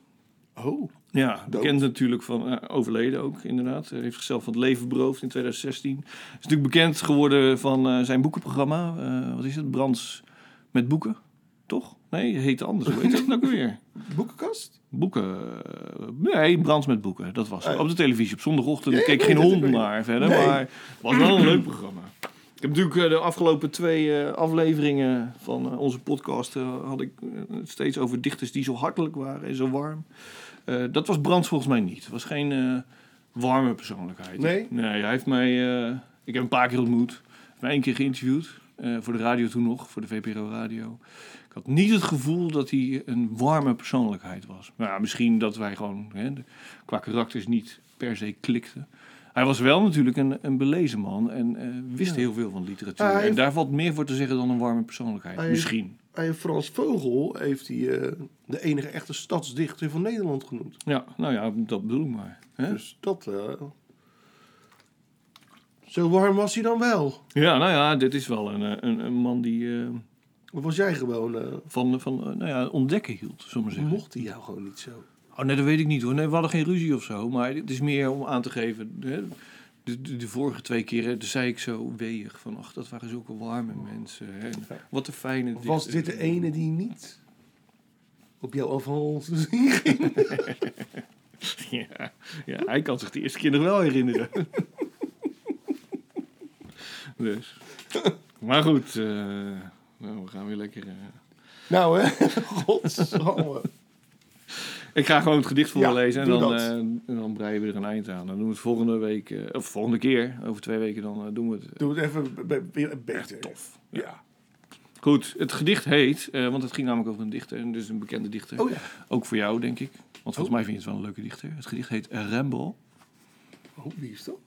G: oh,
F: Ja, bekend natuurlijk van eh, overleden ook, inderdaad. Hij heeft zichzelf van het leven beroofd in 2016. Is natuurlijk bekend geworden van eh, zijn boekenprogramma. Eh, wat is het? Brands met boeken, toch? Nee, heet anders. Hoe heet dat nou ook weer?
G: boekenkast?
F: Boeken. eh, Nee, Brands met boeken. Dat was het. Op de televisie op zondagochtend.
G: Ja,
F: Ik
G: ja,
F: keek
G: ik
F: geen
G: weet het,
F: hond
G: ik weet
F: naar verder.
G: Nee.
F: Maar het was wel een leuk programma. Ik heb natuurlijk eh, de afgelopen twee eh, afleveringen van eh, onze podcast... eh, had ik eh, het steeds over dichters die zo hartelijk waren en zo warm. Eh, dat was Brands volgens mij niet. Het was geen eh, warme persoonlijkheid.
G: Nee?
F: Nee, hij heeft mij... eh, ik heb hem een paar keer ontmoet. Maar één keer geïnterviewd. eh, voor de radio toen nog. Voor de VPRO Radio. Ik had niet het gevoel dat hij een warme persoonlijkheid was. Nou, ja, misschien dat wij gewoon hè, de- qua karakters niet per se klikten. Hij was wel natuurlijk een, een belezen man en eh, wist heel veel van literatuur.
G: Ah, Hij
F: En
G: heeft- Ah,
F: daar valt meer voor te zeggen dan een warme persoonlijkheid.
G: Hij heeft-
F: Misschien.
G: Hij heeft Frans Vogel heeft hij eh, de enige echte stadsdichter van Nederland genoemd.
F: Ja, nou ja, dat bedoel ik maar. Hè?
G: Dus dat... eh, zo warm was hij dan wel.
F: Ja, nou ja, dit is wel een, eh, een, een man die eh,
G: Of was jij gewoon... eh,
F: van, van eh, nou ja, ontdekken hield, zullen we zeggen.
G: mocht hij jou gewoon niet zo?
F: Oh, nee, dat weet ik niet hoor. Nee, we hadden geen ruzie of zo. Maar het is meer om aan te geven. Hè? De, de, de vorige twee keren toen zei ik zo weeg van... Ach, dat waren zulke warme mensen. hè. En wat een fijne... eh,
G: Was dit de ene die niet op jouw afhals te zien ging?
F: Ja, ja, hij kan zich de eerste keer nog wel herinneren. dus. Maar goed, eh, nou, we gaan weer lekker... eh.
G: Nou hè, godsamme.
F: Ik ga gewoon het gedicht voorlezen en,
G: doe
F: dan,
G: dat.
F: eh, en dan breien we er een eind aan. Dan doen we het volgende week, eh, of volgende keer, over twee weken, dan eh, doen we het.
G: Doe het even be- be- weer beter.
F: tof.
G: Ja.
F: Goed, het gedicht heet, eh, want het ging namelijk over een dichter, en dus een bekende dichter.
G: Oh ja.
F: Ook voor jou, denk ik. Want volgens mij vind je het wel een leuke dichter. Het gedicht heet Rambo.
G: Oh, wie is dat?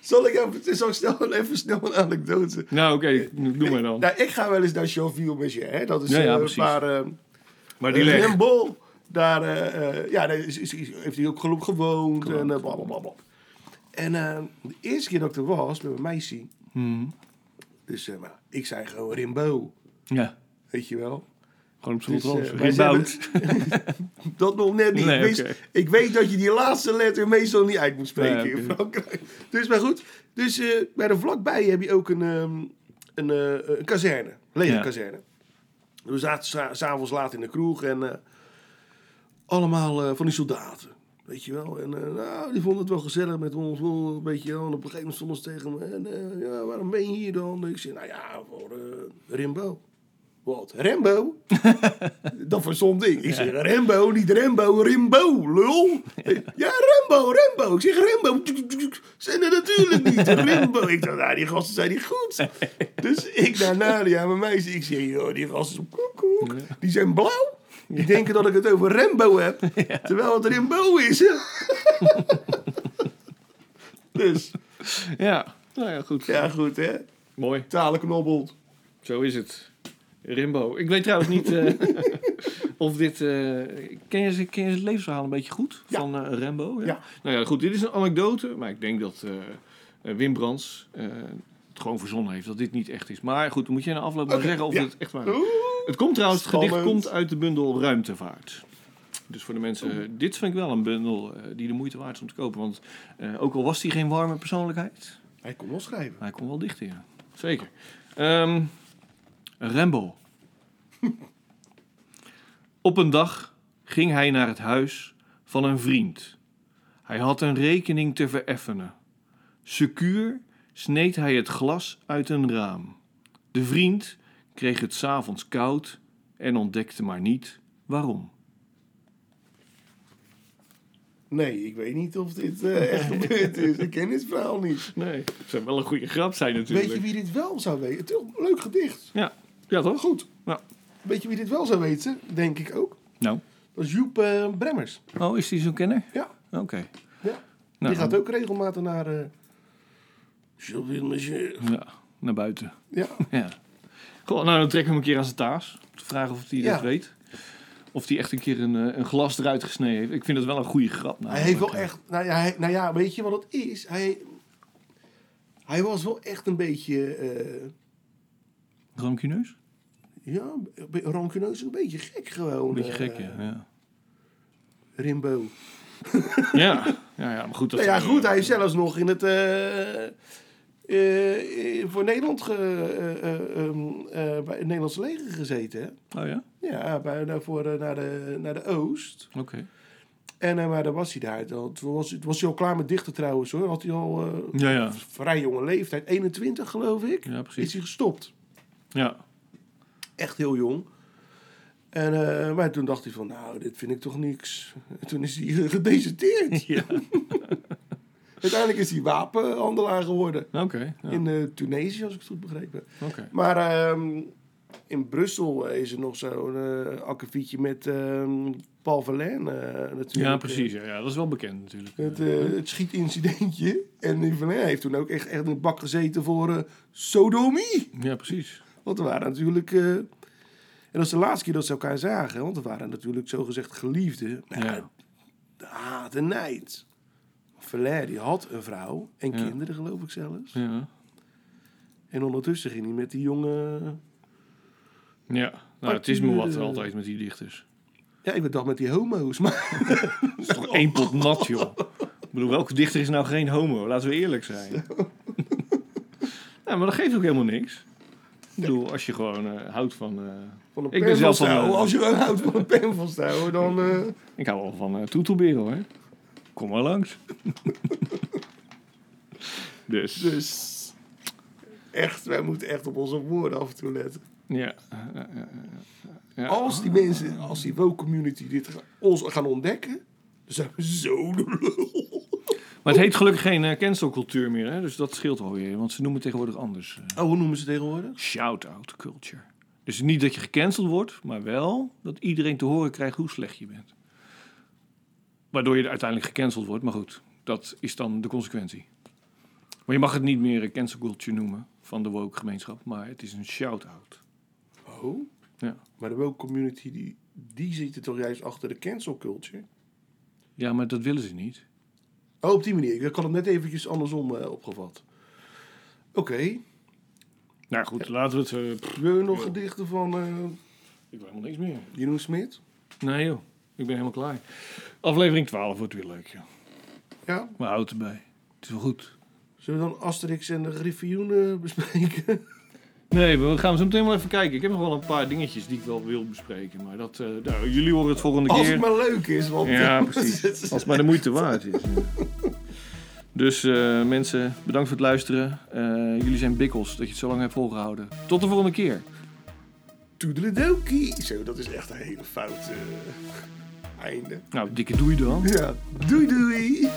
G: zal ik even, zal ik snel, even snel een anekdote?
F: Nou, oké, doe maar dan.
G: Nou, ik ga wel eens naar Chauville Monsieur, hè? Dat is
F: Ja, ja,
G: eh,
F: precies.
G: waar... eh,
F: Maar
G: die
F: die leg.
G: daar eh, eh, ja, daar is, is, is- heeft hij ook geloof gewoond en eh, blablabla. En eh, de eerste keer dat ik er was met mijn meisje,
F: Hmm.
G: dus eh, maar, ik zei gewoon Rimbo,
F: Ja,
G: weet je wel.
F: gewoon op z'n
G: Dus,
F: dus,
G: eh, wij zijn Dat nog net niet.
F: Nee,
G: ik, wist-
F: oké.
G: ik weet dat je die laatste letter meestal niet uit moet spreken
F: Nee,
G: in
F: oké.
G: Frankrijk. Dus maar goed, dus eh, bij de vlakbij heb je ook een, ehm, een, eh, een kazerne, legerkazerne. We zaten sa- s'avonds laat in de kroeg en eh, allemaal eh, van die soldaten. Weet je wel. En eh, nou, die vonden het wel gezellig met ons. wel Een beetje, wel. en op een gegeven moment stonden ze tegen me. En eh, ja, waarom ben je hier dan? Ik zei, nou ja, voor eh Rimbo. Wat? Rembo? dat verzond ik. Ik zeg Rembo, niet Rembo, Rimbo, lul. Ja, Rembo, Rembo. Ik zeg Rembo. Zijn er natuurlijk niet. Rembo. Ik dacht, nou, die gasten zijn niet goed. Dus ik naar Nadia, mijn meisje. Ik zeg, joh, die gasten zijn koekoek. Die zijn blauw. Die denken dat ik het over Rembo heb. Terwijl het Rimbo is. dus,
F: Ja, nou ja, goed.
G: ja goed hè.
F: Mooi,
G: Talenknobbeld.
F: zo is het. Rimbo. Ik weet trouwens niet eh, of dit... eh, ken, je, ze- ken je het levensverhaal een beetje goed?
G: Ja.
F: Van eh Rambo?
G: Ja.
F: Nou ja, goed, dit is een anekdote. Maar ik denk dat eh, eh, Wim Brands eh, het gewoon verzonnen heeft dat dit niet echt is. Maar goed, dan moet je na afloop maar zeggen of
G: ja.
F: het echt waar is.
G: Oeh,
F: Het komt trouwens, het gedicht
G: Spannend.
F: komt uit de bundel Ruimtevaart. Dus voor de mensen, eh, dit vind ik wel een bundel eh, die de moeite waard is om te kopen. Want eh, ook al was hij geen warme persoonlijkheid,
G: Hij kon wel schrijven.
F: hij kon wel dichten, ja. Zeker. Ehm Rambo. Op een dag ging hij naar het huis van een vriend. Hij had een rekening te vereffenen. Secuur sneed hij het glas uit een raam. De vriend kreeg het s'avonds koud en ontdekte maar niet waarom.
G: Nee, ik weet niet of dit eh, echt gebeurd is. Ik ken dit verhaal niet.
F: Nee, het zou wel een goede grap zijn natuurlijk.
G: Weet je wie dit wel zou weten? Het is een Leuk gedicht.
F: Ja, ja toch?
G: Goed.
F: Ja.
G: Weet je wie dit wel zou weten? Denk ik ook.
F: Nou.
G: Dat is Joep eh, Bremmers.
F: Oh, is die zo'n kenner?
G: Ja.
F: Oké.
G: ja.
F: Nou,
G: Die gaat ook regelmatig naar... eh, Jouville Monsieur.
F: Ja, naar buiten.
G: Ja.
F: Ja. Goh, nou, dan trekken we hem een keer aan zijn taas. Om Te vragen of hij dat
G: Ja.
F: weet. Of hij echt een keer een, eh, een glas eruit gesneden heeft. Ik vind dat wel een goede grap.
G: Hij
F: namelijk. eh,
G: heeft wel echt... Nou ja, hij- nou ja, weet je wat het is? Hij, hij was wel echt een beetje... eh,
F: Rancuneus?
G: ja, een be- rancuneus. Een beetje gek gewoon.
F: Een beetje
G: eh,
F: gek, ja. Ja,
G: Rimbo.
F: ja, ja, ja maar goed. Dat eh,
G: Nou ja, goed, hij heeft zelfs nog in het. eh, eh, eh, voor Nederland. Ge, eh, eh, ehm, eh, bij het Nederlandse leger gezeten. hè?
F: Oh ja?
G: Ja, bij, daarvoor eh, naar, de, naar de Oost.
F: Oké.
G: En eh, maar dan was hij daar. Dan, toen was, toen was hij al klaar met dichten trouwens hoor. Had hij al eh,
F: Ja, ja.
G: vrij jonge leeftijd, 21 geloof ik.
F: Ja, precies.
G: Is hij gestopt.
F: Ja.
G: Echt heel jong. En, eh, maar toen dacht hij van, nou, dit vind ik toch niks. En toen is hij gedeserteerd.
F: ja.
G: Uiteindelijk is hij wapenhandelaar geworden.
F: Oké. ja,
G: In eh, Tunesië, als ik het goed begrepen heb.
F: Oké.
G: Maar ehm, in Brussel is er nog zo'n eh akkefietje met ehm, Paul Verlaine eh, natuurlijk.
F: Ja, precies. Ja, ja, dat is wel bekend natuurlijk.
G: Het, eh, het schietincidentje. En die Verlaine heeft toen ook echt, echt in de bak gezeten voor eh, sodomie.
F: Ja, precies.
G: Want er waren natuurlijk... eh, en dat is de laatste keer dat ze elkaar zagen. Want er waren natuurlijk zogezegd geliefden. Nou,
F: Ja.
G: Haat en nijd. Verlaine die had een vrouw en
F: Ja.
G: kinderen geloof ik zelfs.
F: Ja.
G: En ondertussen ging hij met die jonge...
F: Ja. Nou, het is me wat altijd met die dichters.
G: Ja, ik dacht met die homo's. Maar
F: Toch één pot nat, joh. Ik bedoel, welke dichter is nou geen homo? Laten we eerlijk zijn. nou, maar dat geeft ook helemaal niks. Ik bedoel, als je gewoon eh, houdt van... eh,
G: van een
F: Ik
G: pen
F: ben zelf
G: vast
F: van,
G: houden.
F: eh,
G: Als je wel houdt van een pen vasthouden, dan... eh,
F: ik hou wel van eh toetelberen, hoor. Kom maar langs. dus,
G: dus... Echt, wij moeten echt op onze woorden af en toe letten.
F: ja. eh, eh, Ja.
G: Als die mensen, als die woke community dit gaan- ons gaan ontdekken... Dan zijn we zo de lul.
F: Maar het heet gelukkig geen eh, cancelcultuur meer, hè? dus dat scheelt alweer. Want ze noemen het tegenwoordig anders. eh,
G: Oh, hoe noemen ze tegenwoordig?
F: Shout-out culture. Dus niet dat je gecanceld wordt, maar wel dat iedereen te horen krijgt hoe slecht je bent. Waardoor je uiteindelijk gecanceld wordt, maar goed, dat is dan de consequentie. Maar je mag het niet meer een cancel culture noemen van de woke gemeenschap, maar het is een shout-out.
G: Oh,
F: Ja.
G: maar de woke community, die, die zitten toch juist achter de cancel culture?
F: ja, maar dat willen ze niet.
G: Oh, op die manier. Ik had het net eventjes andersom eh, opgevat. Oké,
F: Nou goed, laten we het... eh, pff,
G: wil je nog gedichten van eh
F: ik wil helemaal niks meer.
G: Jeroen Smit?
F: Nee joh, ik ben helemaal klaar. Aflevering 12 wordt weer leuk joh.
G: Ja,
F: Maar houd erbij. Het is wel goed.
G: Zullen we dan Asterix en de Griffioenen bespreken?
F: Nee, we gaan zo meteen wel even kijken. Ik heb nog wel een paar dingetjes die ik wel wil bespreken. Maar dat, eh, nou, jullie horen het volgende
G: Als
F: keer.
G: het maar leuk is, want...
F: Ja, precies. Als het maar de moeite waard is. ja. Dus eh, mensen, bedankt voor het luisteren. Eh, jullie zijn bikkels dat je het zo lang hebt volgehouden. Tot de volgende keer.
G: Toedeledokie. Zo, dat is echt een hele fout eh, einde.
F: Nou, dikke doei dan.
G: Ja, doei doei.